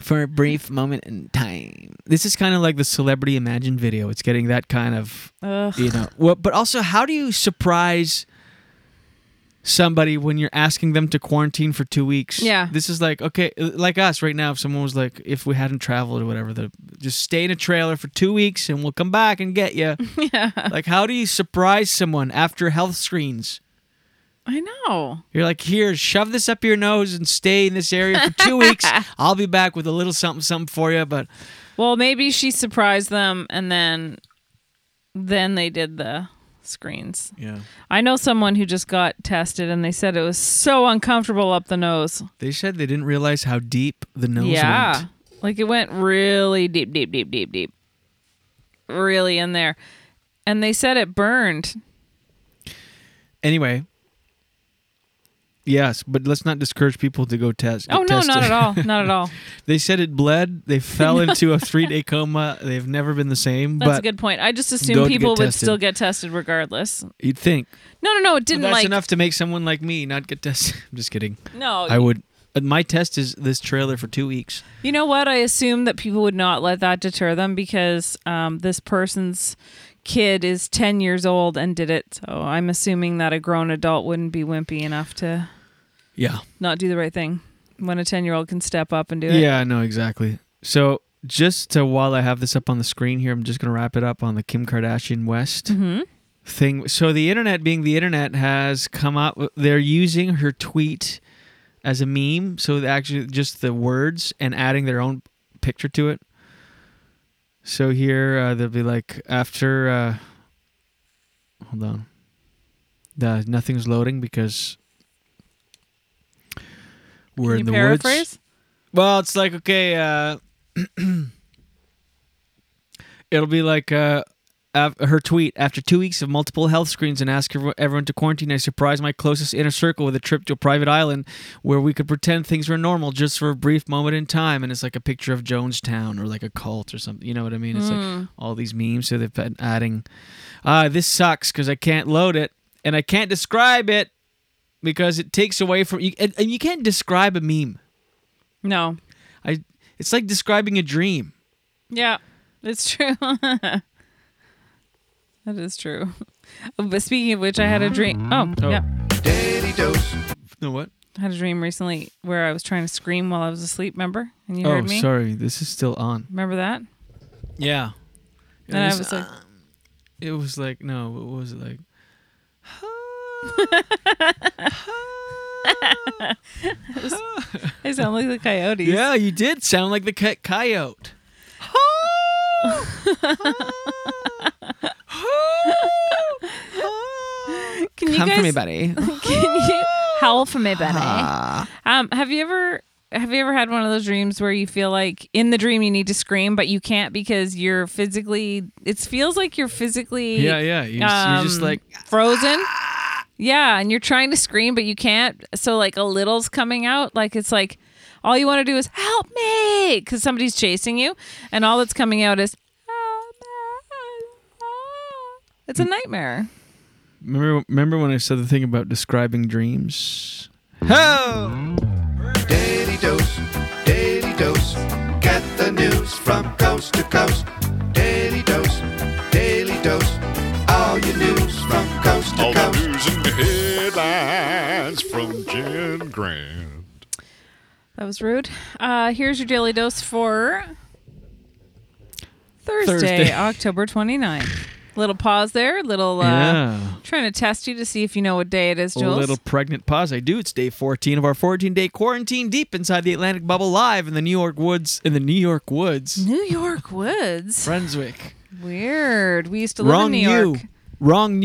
for a brief moment in time. This is kind of like the celebrity imagine video. It's getting that kind of Ugh. you know. Well, but also how do you surprise somebody when you're asking them to quarantine for 2 weeks? Yeah. This is like okay, uh, like us right now if someone was like if we hadn't traveled or whatever, the just stay in a trailer for 2 weeks and we'll come back and get you. yeah, like how do you surprise someone after health screens? I know. You're like, here, shove this up your nose and stay in this area for two weeks. I'll be back with a little something, something for you. But Well, maybe she surprised them, and then, then they did the screens. Yeah. I know someone who just got tested, and they said it was so uncomfortable up the nose. they said they didn't realize how deep the nose yeah, went. like it went really deep, deep, deep, deep, deep, really in there, and they said it burned. Anyway, yes, but let's not discourage people to go test. Oh no, test not it. at all, not at all. they said it bled. They fell into a three day coma. They've never been the same. That's but a good point. I just go assumed to get people would tested. still get tested regardless. You'd think. No, no, no. It But didn't that's like enough to make someone like me not get tested. I'm just kidding. No, I you- would. But my test is this trailer for two weeks. You know what? I assume that people would not let that deter them because um, this person's kid is 10 years old and did it. So I'm assuming that a grown adult wouldn't be wimpy enough to Yeah. not do the right thing when a 10 year old can step up and do it. Yeah, no, exactly. So just to, while I have this up on the screen here, I'm just going to wrap it up on the Kim Kardashian West Mhm. thing. So the internet, being the internet, has come up. They're using her tweet as a meme. So they actually, just the words and adding their own picture to it. So here uh, they'll be like after. Uh, hold on. The, nothing's loading because we're Can in you the paraphrase? woods. Well, it's like okay. Uh, it'll be like uh, af- her tweet after two weeks of multiple health screens and ask every- everyone to quarantine. I surprised my closest inner circle with a trip to a private island where we could pretend things were normal just for a brief moment in time. And it's like a picture of Jonestown or like a cult or something. You know what I mean? It's Mm. "Ah, like all these memes. So they've been adding, uh, "This sucks because I can't load it." and I can't describe it because it takes away from you. And, and you can't describe a meme. No. I. It's like describing a dream. Yeah, it's true. that is true. Oh, But speaking of which, I had a dream. Oh, Oh. yeah. Daily dose. No what? I had a dream recently where I was trying to scream while I was asleep. Remember? And you oh, heard me. sorry. This is still on. Remember that? Yeah. It And I was, was like- um, it was like no. What was it like? It was- I sound like the coyotes. Yeah, you did sound like the co- coyote. Can you Come guys, for me, buddy. Can you howl for me, buddy? Um, have you ever have you ever had one of those dreams where you feel like in the dream you need to scream but you can't because you're physically it feels like you're physically Yeah, yeah, you're just- you're Um, just like- frozen. Yeah, and you're trying to scream but you can't. So like a little's coming out like it's like all you want to do is help me cuz somebody's chasing you and all that's coming out is Ah. it's a nightmare. Remember, remember when I said the thing about describing dreams? Ho! Daily dose, daily dose. Get the news from coast to coast. Daily dose, daily dose. All your news from coast to coast. All the news and headlines from Jen Grant. That was rude. Uh, here's your daily dose for Thursday, Thursday. October 29th. Little pause there. Little uh, Yeah. trying to test you to see if you know what day it is, A Jules. little pregnant pause. I do. It's day 14 of our 14 day quarantine deep inside the Atlantic bubble, live in the New York woods. In the New York woods. New York woods. Brunswick. Weird. We used to live Wrong in New York. Mm-hmm.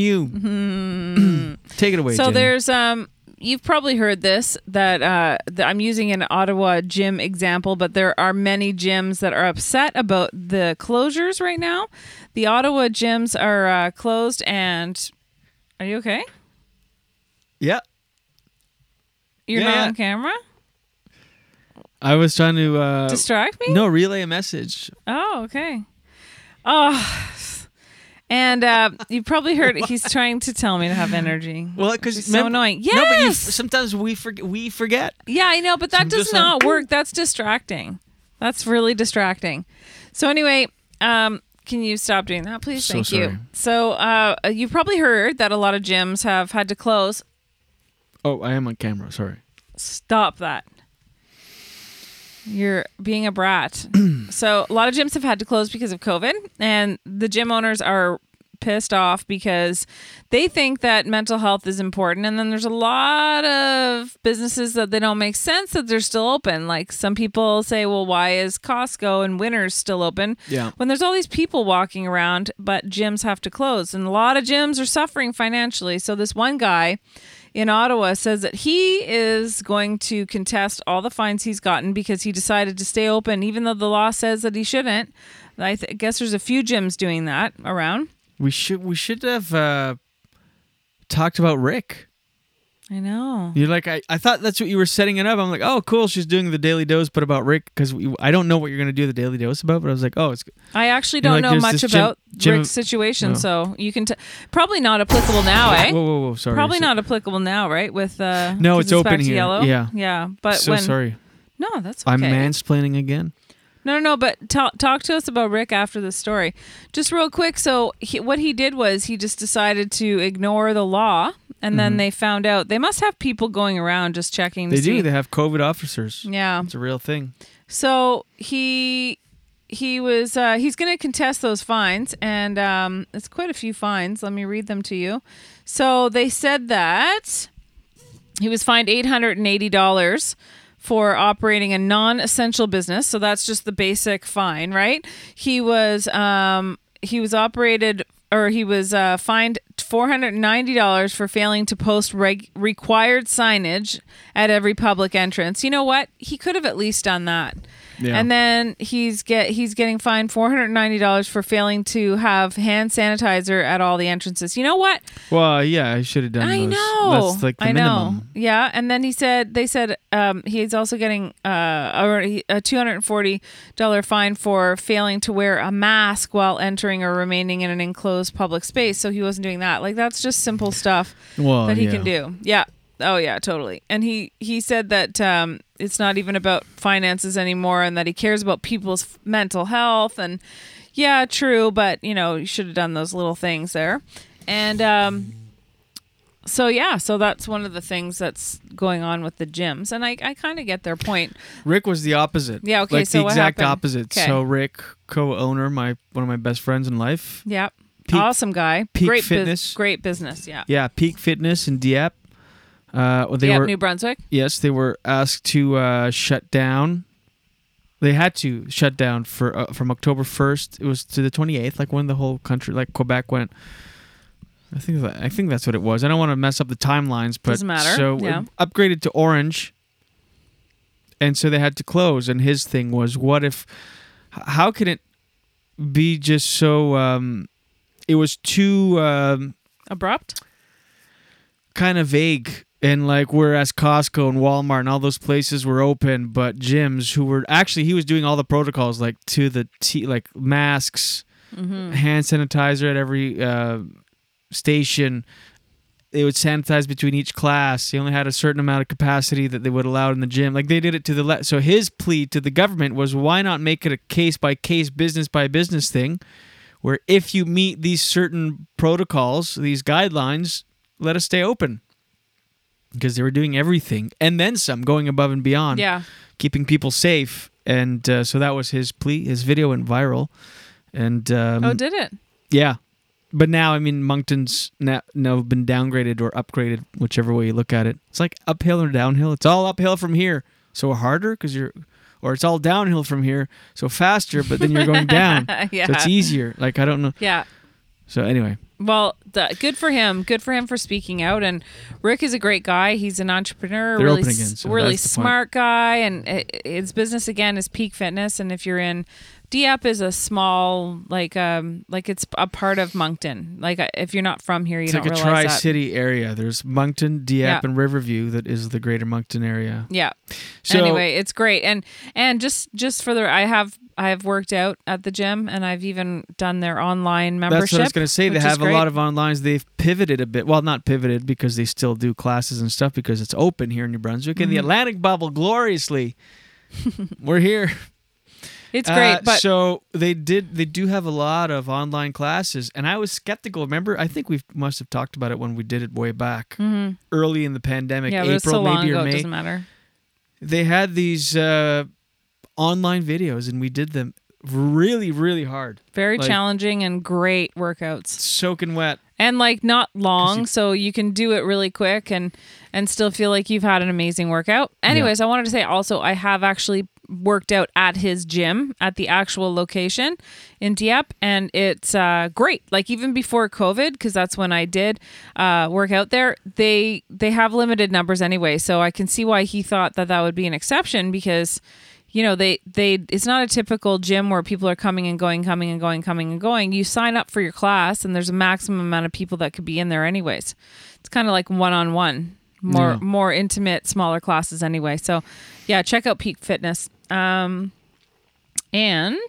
you. Wrong you. Take it away. so Jenny. there's um you've probably heard this that uh th- i'm using an ottawa gym example but there are many gyms that are upset about the closures right now the ottawa gyms are uh, closed and are you okay Yeah. you're Yeah, not yeah. on camera I was trying to uh, Distract me? No, relay a message. oh okay oh and uh, you probably heard he's trying to tell me to have energy Well, because It's so annoying. No, but you, Yes! sometimes we forget. We forget. Yeah, I know, but that I'm does just like, not work. That's distracting. That's really distracting. So anyway, um, can you stop doing that, please? So Thank sorry. you. So uh, you probably heard that a lot of gyms have had to close. Oh, I am on camera. Sorry. Stop that. You're being a brat. so a lot of gyms have had to close because of COVID, and the gym owners are pissed off because they think that mental health is important and then there's a lot of businesses that they don't make sense that they're still open like some people say well why is Costco and Winners still open Yeah. when there's all these people walking around but gyms have to close and a lot of gyms are suffering financially so this one guy in Ottawa says that he is going to contest all the fines he's gotten because he decided to stay open even though the law says that he shouldn't I th- guess there's a few gyms doing that around We should. We should have uh, talked about Rick. I know. You're like, I, I thought that's what you were setting it up. I'm like, oh, cool. She's doing the Daily Dose, but about Rick, because I don't know what you're going to do the Daily Dose about, but I was like, oh, it's good. I actually You know, don't like, know there's much this gym- about gym- Rick's situation, No. so you can t- probably not applicable now, eh? Whoa, whoa, whoa. Sorry. probably So- not applicable now, right? With uh, No, 'cause it's open back to here. Yellow. Yeah. yeah, but so when sorry. no, that's okay. I'm mansplaining again. No, no, no. But ta- talk to us about Rick after the story, just real quick. So he, what he did was he just decided to ignore the law, and then they found out they must have people going around just checking. Mm-hmm. They to see. do. They have COVID officers. Yeah. It's a real thing. So he he was uh, he's going to contest those fines, and um, it's quite a few fines. Let me read them to you. So they said that he was fined eight hundred and eighty dollars for operating a non-essential business. So that's just the basic fine, right? He was um, he was operated or he was uh, fined four hundred and ninety dollars for failing to post reg- required signage at every public entrance. You know what? He could have at least done that. Yeah. And then he's get he's getting fined four hundred ninety dollars for failing to have hand sanitizer at all the entrances. You know what? Well, yeah, I should have done. Mm. I those. know. That's like the I know. minimum. Yeah, and then he said they said um, he's also getting uh, a- a two hundred and forty dollar fine for failing to wear a mask while entering or remaining in an enclosed public space. So he wasn't doing that. Like that's just simple stuff Well, that he yeah. can do. Yeah. Oh yeah, totally. And he he said that um, it's not even about finances anymore, and that he cares about people's f- mental health. And yeah, true, but you know you should have done those little things there. And um, so yeah, so that's one of the things that's going on with the gyms, and I I kind of get their point. Rick was the opposite. Yeah, okay, Like so the what exact happened? opposite. Okay. So Rick, co-owner, my one of my best friends in life. Yep. Peak- awesome guy. peak great bus- fitness. great business. Yeah. Yeah, Peak Fitness in Dieppe. Uh, well, they Dieppe, were, New Brunswick? Yes, they were asked to uh, shut down. They had to shut down for uh, from October first. It was to the twenty eighth, like when the whole country, like Quebec, went. I think that, I think that's what it was. I don't want to mess up the timelines, but Doesn't matter, so it yeah. upgraded to orange, and so they had to close. And his thing was, what if? h- How can it be just so? Um, it was too. Um, Abrupt. kind of vague. And like whereas Costco and Walmart and all those places were open, but gyms who were actually he was doing all the protocols like to the t like masks, Mm. Mhm. hand sanitizer at every uh, station. They would sanitize between each class. He only had a certain amount of capacity that they would allow in the gym. Like they did it to the le- so his plea to the government was why not make it a case by case, business by business thing, where if you meet these certain protocols, these guidelines, let us stay open. Because they were doing everything and then some, going above and beyond, Yeah. keeping people safe. And uh, so that was his plea. His video went viral, and um, oh, did it? yeah. But now, I mean, Moncton's now, now been downgraded or upgraded, whichever way you look at it. It's like uphill or downhill. It's all uphill from here, so harder because you're, or it's all downhill from here, so faster. But then you're going down, so Yeah. it's e- easier. Like I don't know. Yeah. So anyway, Well, the, good for him. Good for him for speaking out. And Rick is a great guy. He's an entrepreneur, They're really, open again, s- so really that's the point. smart guy. And i i- his business again is Peak Fitness. And if you're in Dieppe, is a small like um like it's a part of Moncton. Like uh, if you're not from here, you it's don't like a realize that. tri-city area. There's Moncton, Dieppe, Yeah. and Riverview that is the greater Moncton area. Yeah. So- anyway, it's great. And and just just for the I have I have worked out at the gym and I've even done their online membership. That's what I was going to say. They which is have a great. lot of onlines. They've pivoted a bit. Well, not pivoted because they still do classes and stuff because it's open here in New Brunswick in the Mhm. Atlantic bubble gloriously. We're here. It's Uh, great, but- so they did. They do have a lot of online classes, and I was skeptical. Remember, I think we must have talked about it when we did it way back, Mhm. early in the pandemic, yeah, but it April was so long maybe ago, or May it doesn't matter. they had these uh, online videos and we did them really really hard Very Like, challenging and great workouts. Soaking wet. And like not long, you- so you can do it really quick and and still feel like you've had an amazing workout. Anyways, I wanted to say also I have actually worked out at his gym at the actual location in Dieppe and it's uh, great. Like even before COVID, because that's when I did uh, work out there, they they have limited numbers anyway. So I can see why he thought that that would be an exception because you know they they it's not a typical gym where people are coming and going coming and going coming and going you sign up for your class and there's a maximum amount of people that could be in there anyways it's kind of like one-on-one more Yeah. more intimate smaller classes anyway so yeah check out peak fitness um and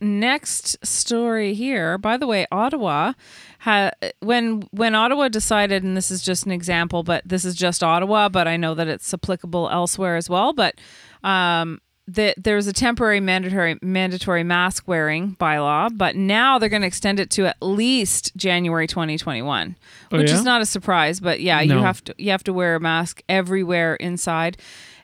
next story here. By the way, Ottawa, ha- when when Ottawa decided, and this is just an example, but this is just Ottawa, but I know that it's applicable elsewhere as well. But um, that there was a temporary mandatory mandatory mask wearing bylaw, but now they're going to extend it to at least January 2021, Oh, which yeah? is not a surprise. But yeah, Uh, you No. have to you have to wear a mask everywhere inside.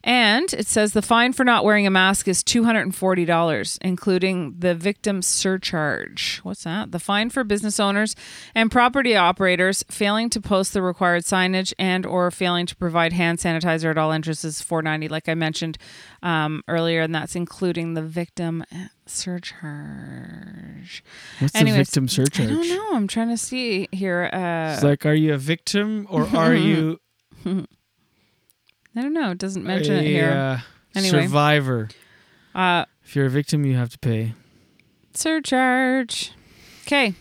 And it says the fine for not wearing a mask is $240, including the victim surcharge. What's that? The fine for business owners and property operators failing to post the required signage and or failing to provide hand sanitizer at all entrances is 490 like I mentioned um, earlier and that's including the victim surcharge. What's the victim I don't surcharge? know. I'm trying to see here uh it's like are you a victim or are you I don't know. It doesn't mention it a, here. uh, anyway. survivor Uh, If you're a victim, you have to pay. Surcharge. Okay.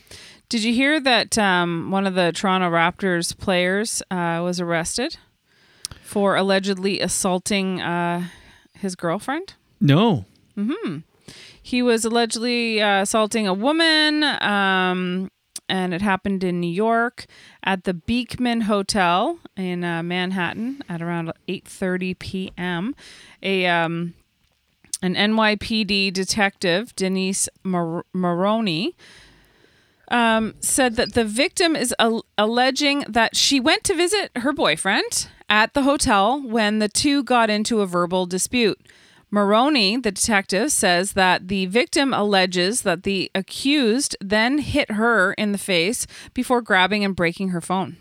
Did you hear that um, one of the Toronto Raptors players uh, was arrested for allegedly assaulting uh, his girlfriend? No. hmm He was allegedly uh, assaulting a woman, um, and it happened in New York at the Beekman Hotel in uh, Manhattan at around 8:30 p.m. A um, an NYPD detective, Denise Mar- Maroney, um, said that the victim is al- alleging that she went to visit her boyfriend at the hotel when the two got into a verbal dispute. Maroney, the detective, says that the victim alleges that the accused then hit her in the face before grabbing and breaking her phone.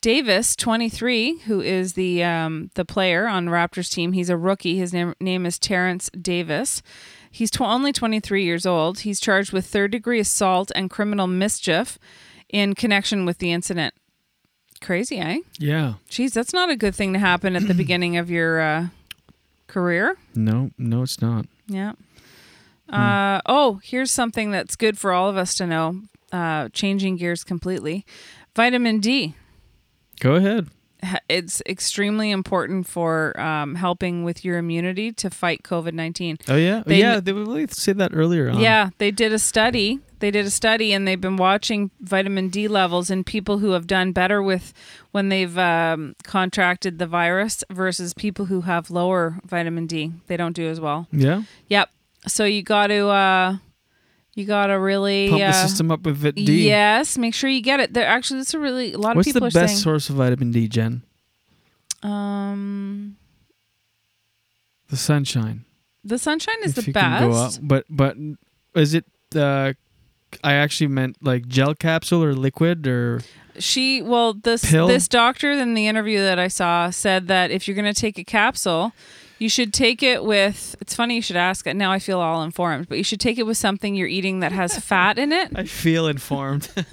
Davis, 23, who is the um, the player on Raptors team. He's a rookie. His name, name is Terrence Davis. He's tw- only 23 years old. He's charged with third degree assault and criminal mischief in connection with the incident. Crazy, eh? Yeah. Jeez, that's not a good thing to happen at the beginning of your uh, career. No, no, it's not. Yeah. Uh, oh, here's something that's good for all of us to know. Uh, changing gears completely. Vitamin D Go ahead. ha- it's extremely important for um, helping with your immunity to fight COVID nineteen. Oh yeah, They- yeah. They really said that earlier on. yeah. They did a study. They did a study, and they've been watching vitamin D levels in people who have done better with when they've um, contracted the virus versus people who have lower vitamin D. They don't do as well. Yeah. Yep. So you got to uh, you got to really Pump uh, the system up with vit D. Yes, make sure you get it. There actually, that's a really a lot of What's the people best are saying. source of vitamin D, Jen? um, The sunshine. the sunshine is if the you can go best. out. But but is it? Uh, I actually meant like gel capsule or liquid or. She well this Pill? this doctor in the interview that I saw said that if you're going to take a capsule, you should take it with. It's funny you should ask it. Now I feel all informed, but you should take it with something you're eating that has fat in it. I feel informed.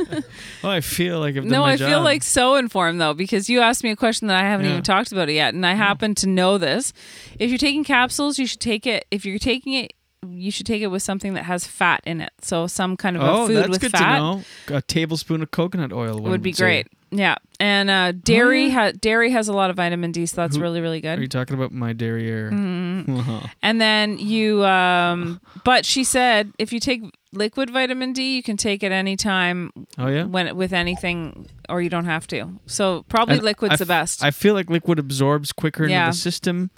oh, I feel like I've done No, my I feel job. like so informed though because you asked me a question that I haven't Yeah. even talked about it yet, and I happen to know this. If you're taking capsules, you should take it. If you're taking it, you should take it with something that has fat in it. So some kind of Oh, a food that's with good fat. to know. A tablespoon of coconut oil would be great. Yeah, and uh, dairy ha- dairy has a lot of vitamin D, so that's really really Are you good. talking about my derriere? Uh-huh. Mhm. and then you, um, but she said if you take liquid vitamin D, you can take it any time. Oh, yeah? when it- with anything, or you don't have to. So probably And liquid's I the f- best. I feel like liquid absorbs quicker Yeah. into the system.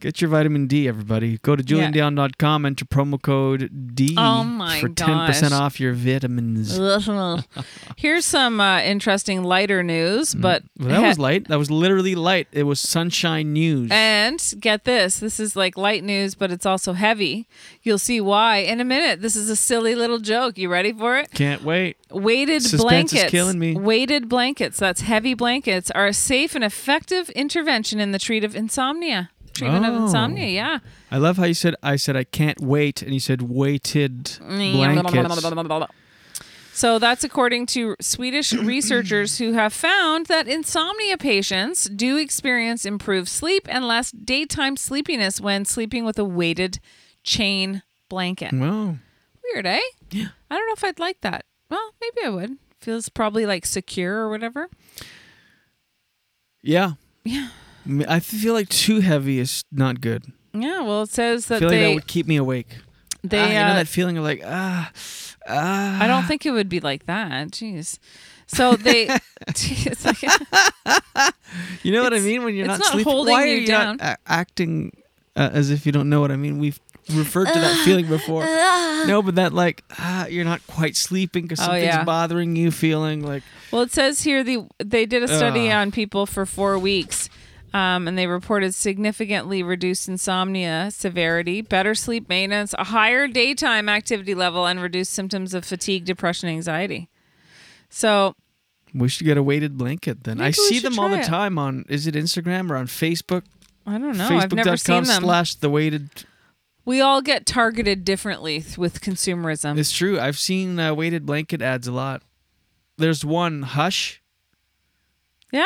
Get your vitamin D, everybody. Go to juliandion.com, enter promo code D Oh my for 10% gosh. off your vitamins. Well, Ugh. Here's some uh, interesting lighter news, but Mm. that was light. That was literally light. It was sunshine news. And get this this is like light news, but it's also heavy. You'll see why in a minute. This is a silly little joke. You ready for it? Can't wait. Weighted Suspense is blankets. killing me. Weighted blankets, that's heavy blankets, are a safe and effective intervention in the treat of insomnia. Treatment of Oh. insomnia, yeah. I love how you said, I said, I can't wait. And you said, weighted Mm, blankets. So that's according to Swedish researchers who have found that insomnia patients do experience improved sleep and less daytime sleepiness when sleeping with a weighted chain blanket. Wow. Weird, eh? Yeah. I don't know if I'd like that. Well, maybe I would. Feels probably like secure or whatever. Yeah. Yeah. M- I feel like too heavy is not good. Yeah, well, it says I that feel like they that would keep me awake. they ah, you know uh, that feeling of like, ah, ah. I don't think it would be like that. Jeez. So they it's like- You know what I It's- mean? When you're it's not, not sleeping, holding why you are you down. not a- acting uh, as if you don't know what I mean? We've referred to Uh, that feeling before. ah. no, but that like ah, you're not quite sleeping because Oh, something's yeah. bothering you, feeling like Well, it says here the they did a study Ugh. on people for four weeks, um, and they reported significantly reduced insomnia severity, better sleep maintenance, a higher daytime activity level, and reduced symptoms of fatigue, depression, anxiety. So we should get a weighted blanket. Then I Maybe we see should them all the try it. time on is it Instagram or on Facebook? I don't know. I've never seen Facebook.com them. slash the weighted. we all get targeted differently th- with consumerism. It's true. I've seen uh, weighted blanket ads a lot. There's one hush. yeah?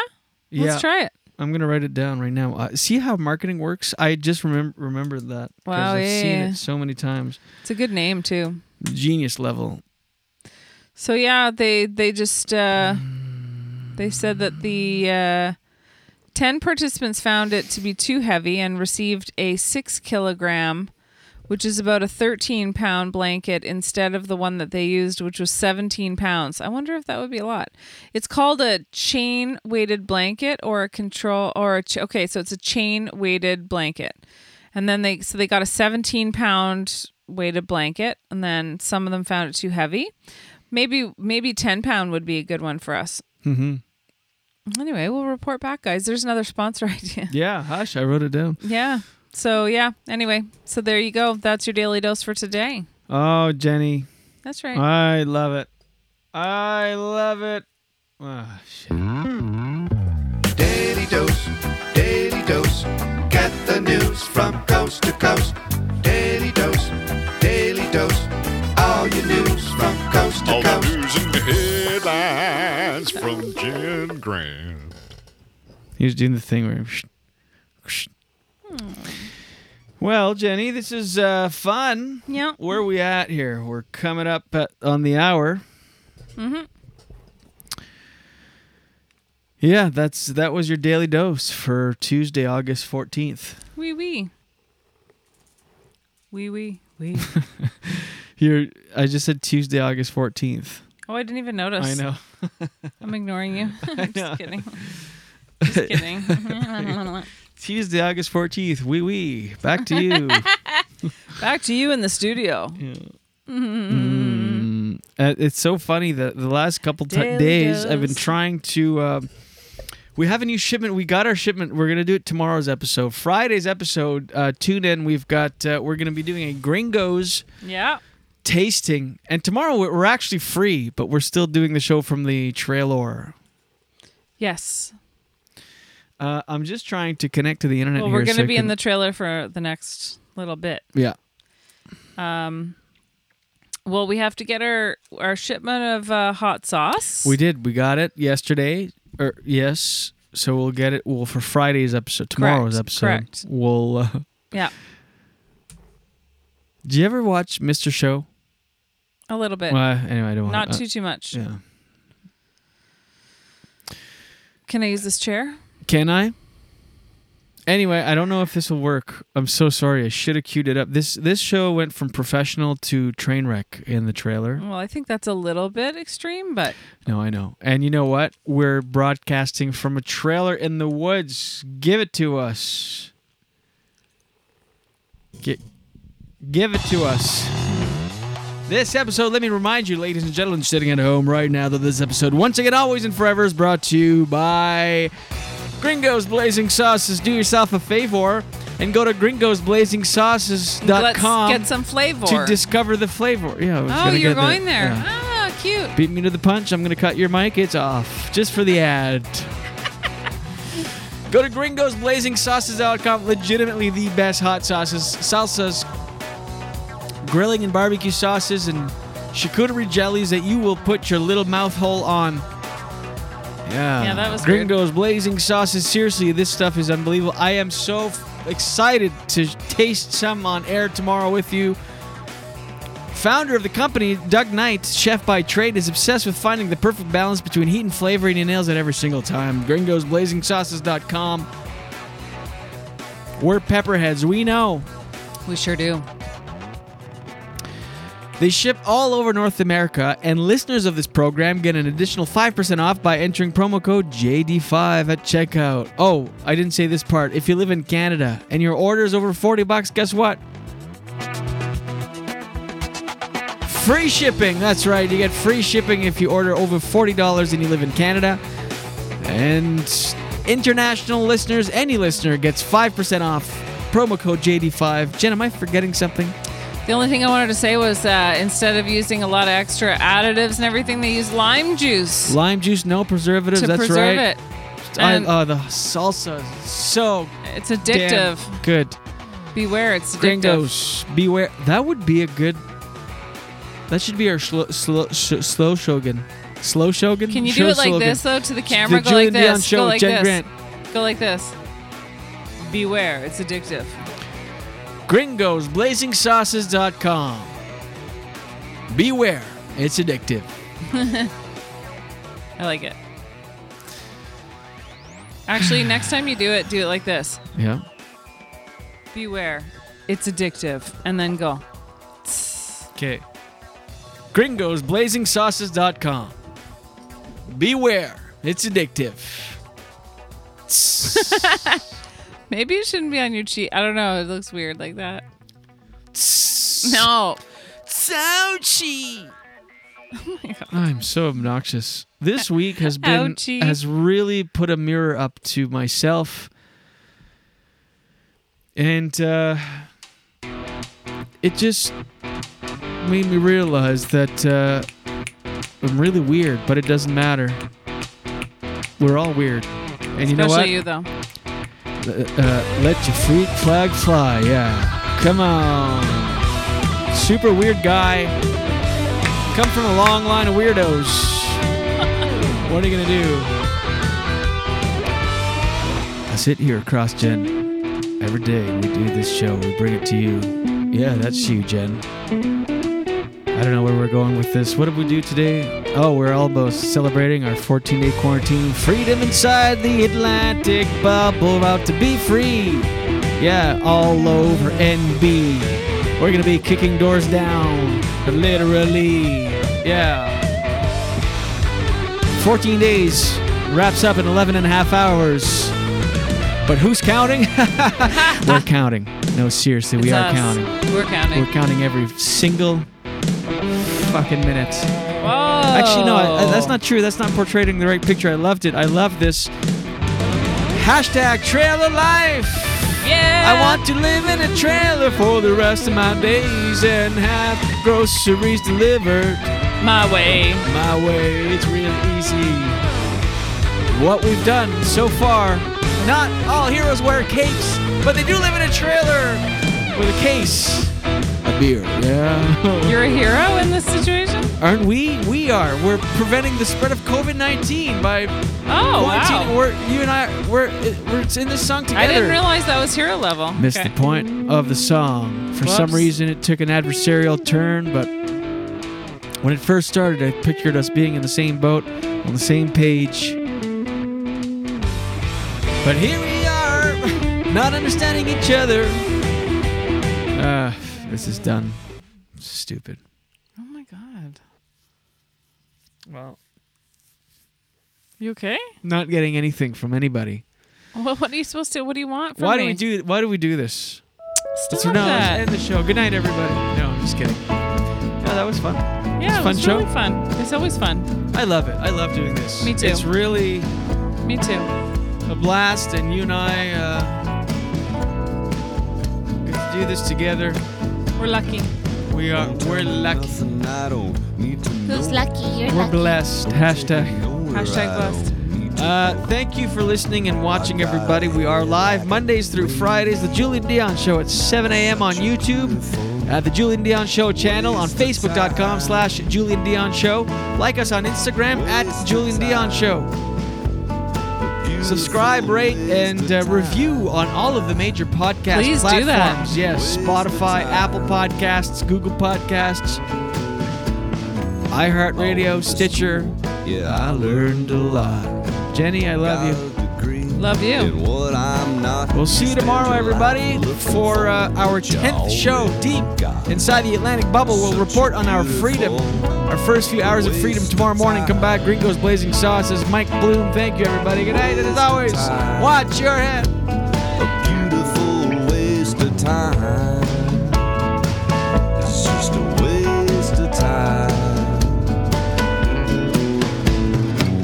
Yeah. let's try it. I'm gonna write it down right now. Uh, see how marketing works? I just remember remembered that. 'cause Wow, I've yeah, seen yeah. it so many times. It's a good name too. Genius level. So yeah, they they just uh, they said that the uh, ten participants found it to be too heavy and received a six kilogram, which is about a thirteen pound blanket instead of the one that they used, which was seventeen pounds. I wonder if that would be a lot. It's called a chain weighted blanket or a control or a ch- okay, so it's a chain weighted blanket, and then they so they got a seventeen pound weighted blanket, and then some of them found it too heavy. Maybe maybe ten pound would be a good one for us. Mm-hmm. Anyway, we'll report back, guys. There's another sponsor idea. Yeah, hush. I wrote it down. Yeah. So yeah. Anyway, so there you go. That's your daily dose for today. Oh, Jenny. That's right. I love it. I love it. Ah, shit. Daily dose, daily dose. Get the news from coast to coast. Daily dose, daily dose. All your news from coast to coast. All the news and headlines from Jen Graham. He was doing the thing where. Hmm. Well, Jenny, this is uh, fun. Yeah. Where we at here? We're coming up at, on the hour. Mm-hmm. Yeah, that's that was your daily dose for Tuesday, August fourteenth. Wee wee. Wee wee wee. Here, I just said Tuesday, August fourteenth. Oh, I didn't even notice. I know. I'm ignoring you. I I'm know. just kidding. Just kidding. Tuesday, August fourteenth. Wee wee. Back to you. Back to you in the studio. Mm-hmm. Mm. Uh, it's so funny that the last couple ti Daily days I've been dose. trying to. Uh, we have a new shipment. We got our shipment. We're gonna do it tomorrow's episode. Friday's episode. Uh, tune in. We've got. Uh, we're gonna be doing a Gringos Yeah. tasting, and tomorrow we're we're actually free, but we're still doing the show from the trailer. Yes. Uh, I'm just trying to connect to the internet. Well, we're here going so to I be in can- the trailer for the next little bit. Yeah. Um, well, we have to get our our shipment of uh, hot sauce. We did. We got it yesterday. Or yes. So we'll get it. Well, for Friday's episode, tomorrow's Correct, episode, correct. we'll. Uh, Yeah, do you ever watch Mr. Show? a little bit. Well, anyway, I don't want Not too too much. Yeah. Can I use this chair? Can I? Anyway, I don't know if this will work. I'm so sorry. I should have queued it up. This this show went from professional to train wreck in the trailer. Well, I think that's a little bit extreme, but No, I know. And you know what? We're broadcasting from a trailer in the woods. Give it to us. Gi- give it to us. This episode, let me remind you, ladies and gentlemen, sitting at home right now, that this episode, once again, always and forever, is brought to you by Gringos Blazing Sauces. Do yourself a favor and go to let's gringosblazingsauces.com get some flavor. to discover the flavor. Yeah. I was oh, gonna you're get that. going there. Yeah. Ah, cute. Beat me to the punch. I'm going to cut your mic. It's off just for the ad. Go to gringosblazingsauces.com. Legitimately the best hot sauces, salsas, grilling and barbecue sauces, and charcuterie jellies that you will put your little mouth hole on. Yeah. Yeah, that was weird. Gringos Blazing Sauces. Seriously, this stuff is unbelievable. I am so f- excited to taste some on air tomorrow with you. Founder of the company, Doug Knight, chef by trade, is obsessed with finding the perfect balance between heat and flavor, and he nails it every single time. GringosBlazingSauces.com. We're pepperheads. We know. We sure do. They ship all over North America, and listeners of this program get an additional 5% off by entering promo code JD5 at checkout. Oh, I didn't say this part. If you live in Canada and your order is over 40 bucks, guess what? Free shipping. That's right. You get free shipping if you order over $40 and you live in Canada. And international listeners, any listener gets 5% off. Promo code JD5. Jen, am I forgetting something? The only thing I wanted to say was uh, instead of using a lot of extra additives and everything, they use lime juice Lime juice, no preservatives. to that's preserve it. right. I, And oh, the salsa is so it's addictive. damn good. Beware, it's addictive. Gringos, beware. That would be a good. That should be our slow, slow, sh- slow shogun. Slow shogun. Can you Show do it like slogan. this though to the camera? go like The Julian Dion this. Show go with like Jen this. Grant. Go like this. Beware, it's addictive. GringosBlazingSauces.com. Beware, it's addictive. I like it. Actually, next time you do it, do it like this. Yeah. Beware, it's addictive. And then go. Okay. GringosBlazingSauces.com. Beware, it's addictive. Maybe it shouldn't be on your cheek. I don't know. It looks weird like that. No. So cheap. I'm so obnoxious. This week has been Ouchie. has really put a mirror up to myself, and uh, it just made me realize that uh, I'm really weird, but it doesn't matter. We're all weird, and you know what? Especially you, though. uh, let your freak flag fly. Yeah, come on. Super weird guy. Come from a long line of weirdos. what are you gonna do? That's it here, Cross Gen. Every day we do this show. We bring it to you. Yeah, that's you, Jen. I don't know where we're going with this. What did we do today? Oh, we're almost celebrating our 14 day quarantine. Freedom inside the Atlantic bubble, about to be free. Yeah, all over NB. We're going to be kicking doors down, literally. Yeah. 14 days wraps up in 11 and a half hours. But who's counting? we're counting. No, seriously, we It's are us. counting. We're counting. We're counting every single fucking minute. Whoa. Actually, no, I, I- that's not true. That's not portraying the right picture. I loved it. I love this. Hashtag trailer life. Yeah. I want to live in a trailer for the rest of my days and have groceries delivered my way. My way. It's real easy. What we've done so far. Not all heroes wear capes, but they do live in a trailer with a case. A beer. Yeah. You're a hero in this situation? Aren't we? We are. We're preventing the spread of COVID nineteen by Oh, quarantining. wow. We're you and I. We're we're it's in this song together. I didn't realize that was hero level. Missed Okay. the point of the song. For some Whoops. reason, it took an adversarial turn, but when it first started, I pictured us being in the same boat, on the same page. But here we are, not understanding each other. Uh, this is done. Stupid. Oh my god. Well. You okay? Not getting anything from anybody. Well, what are you supposed to? What do you want from Why me? do we do? Why do we do this? Stop Let's- no, that. let's end the show. Good night, everybody. No, I'm just kidding. No, that was fun. Yeah, it it was a fun was show. really fun. It's always fun. I love it. I love doing this. Me too. It's really Me too. a blast, and you and I uh, get to do this together. We're lucky. We are. We're lucky. Who's lucky? You're We're blessed. Hashtag. Hashtag blessed. Uh, thank you for listening and watching, everybody. We are live Mondays through Fridays. The Julian Dion Show at 7 a.m. on YouTube, at the Julian Dion Show channel on Facebook.com slash Julian Dion Show. Like us on Instagram at Julian Dion Show. Subscribe, rate, and uh, review on all of the major podcast Please do platforms. that. Yes, Spotify, Apple Podcasts, Google Podcasts, iHeartRadio, Stitcher. Yeah, I learned a lot. Jenny, I love you. Love you. We'll see you tomorrow, everybody, for uh, our 10th show, Deep Inside the Atlantic Bubble. We'll report on our freedom, our first few hours of freedom tomorrow morning. Come back, Gringo's Blazing Sauces, Mike Bloom. Thank you, everybody. Good night, and as always, watch your head. beautiful waste of time. It's just a waste of time.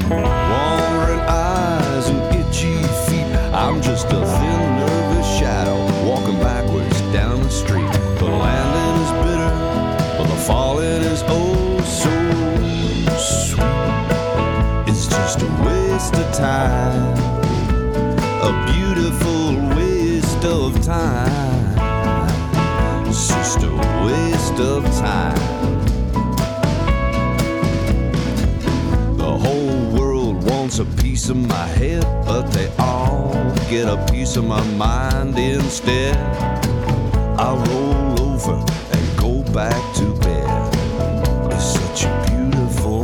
Wandering eyes and itchy feet. I'm just a thin, nervous shadow walking backwards down the street. The landing is bitter, but the falling is oh so sweet. It's just a waste of time, a beautiful waste of time. It's just a waste of time. The whole world wants wants a piece of my head, but they all get a piece of my mind instead. I roll over and go back to bed. It's such a beautiful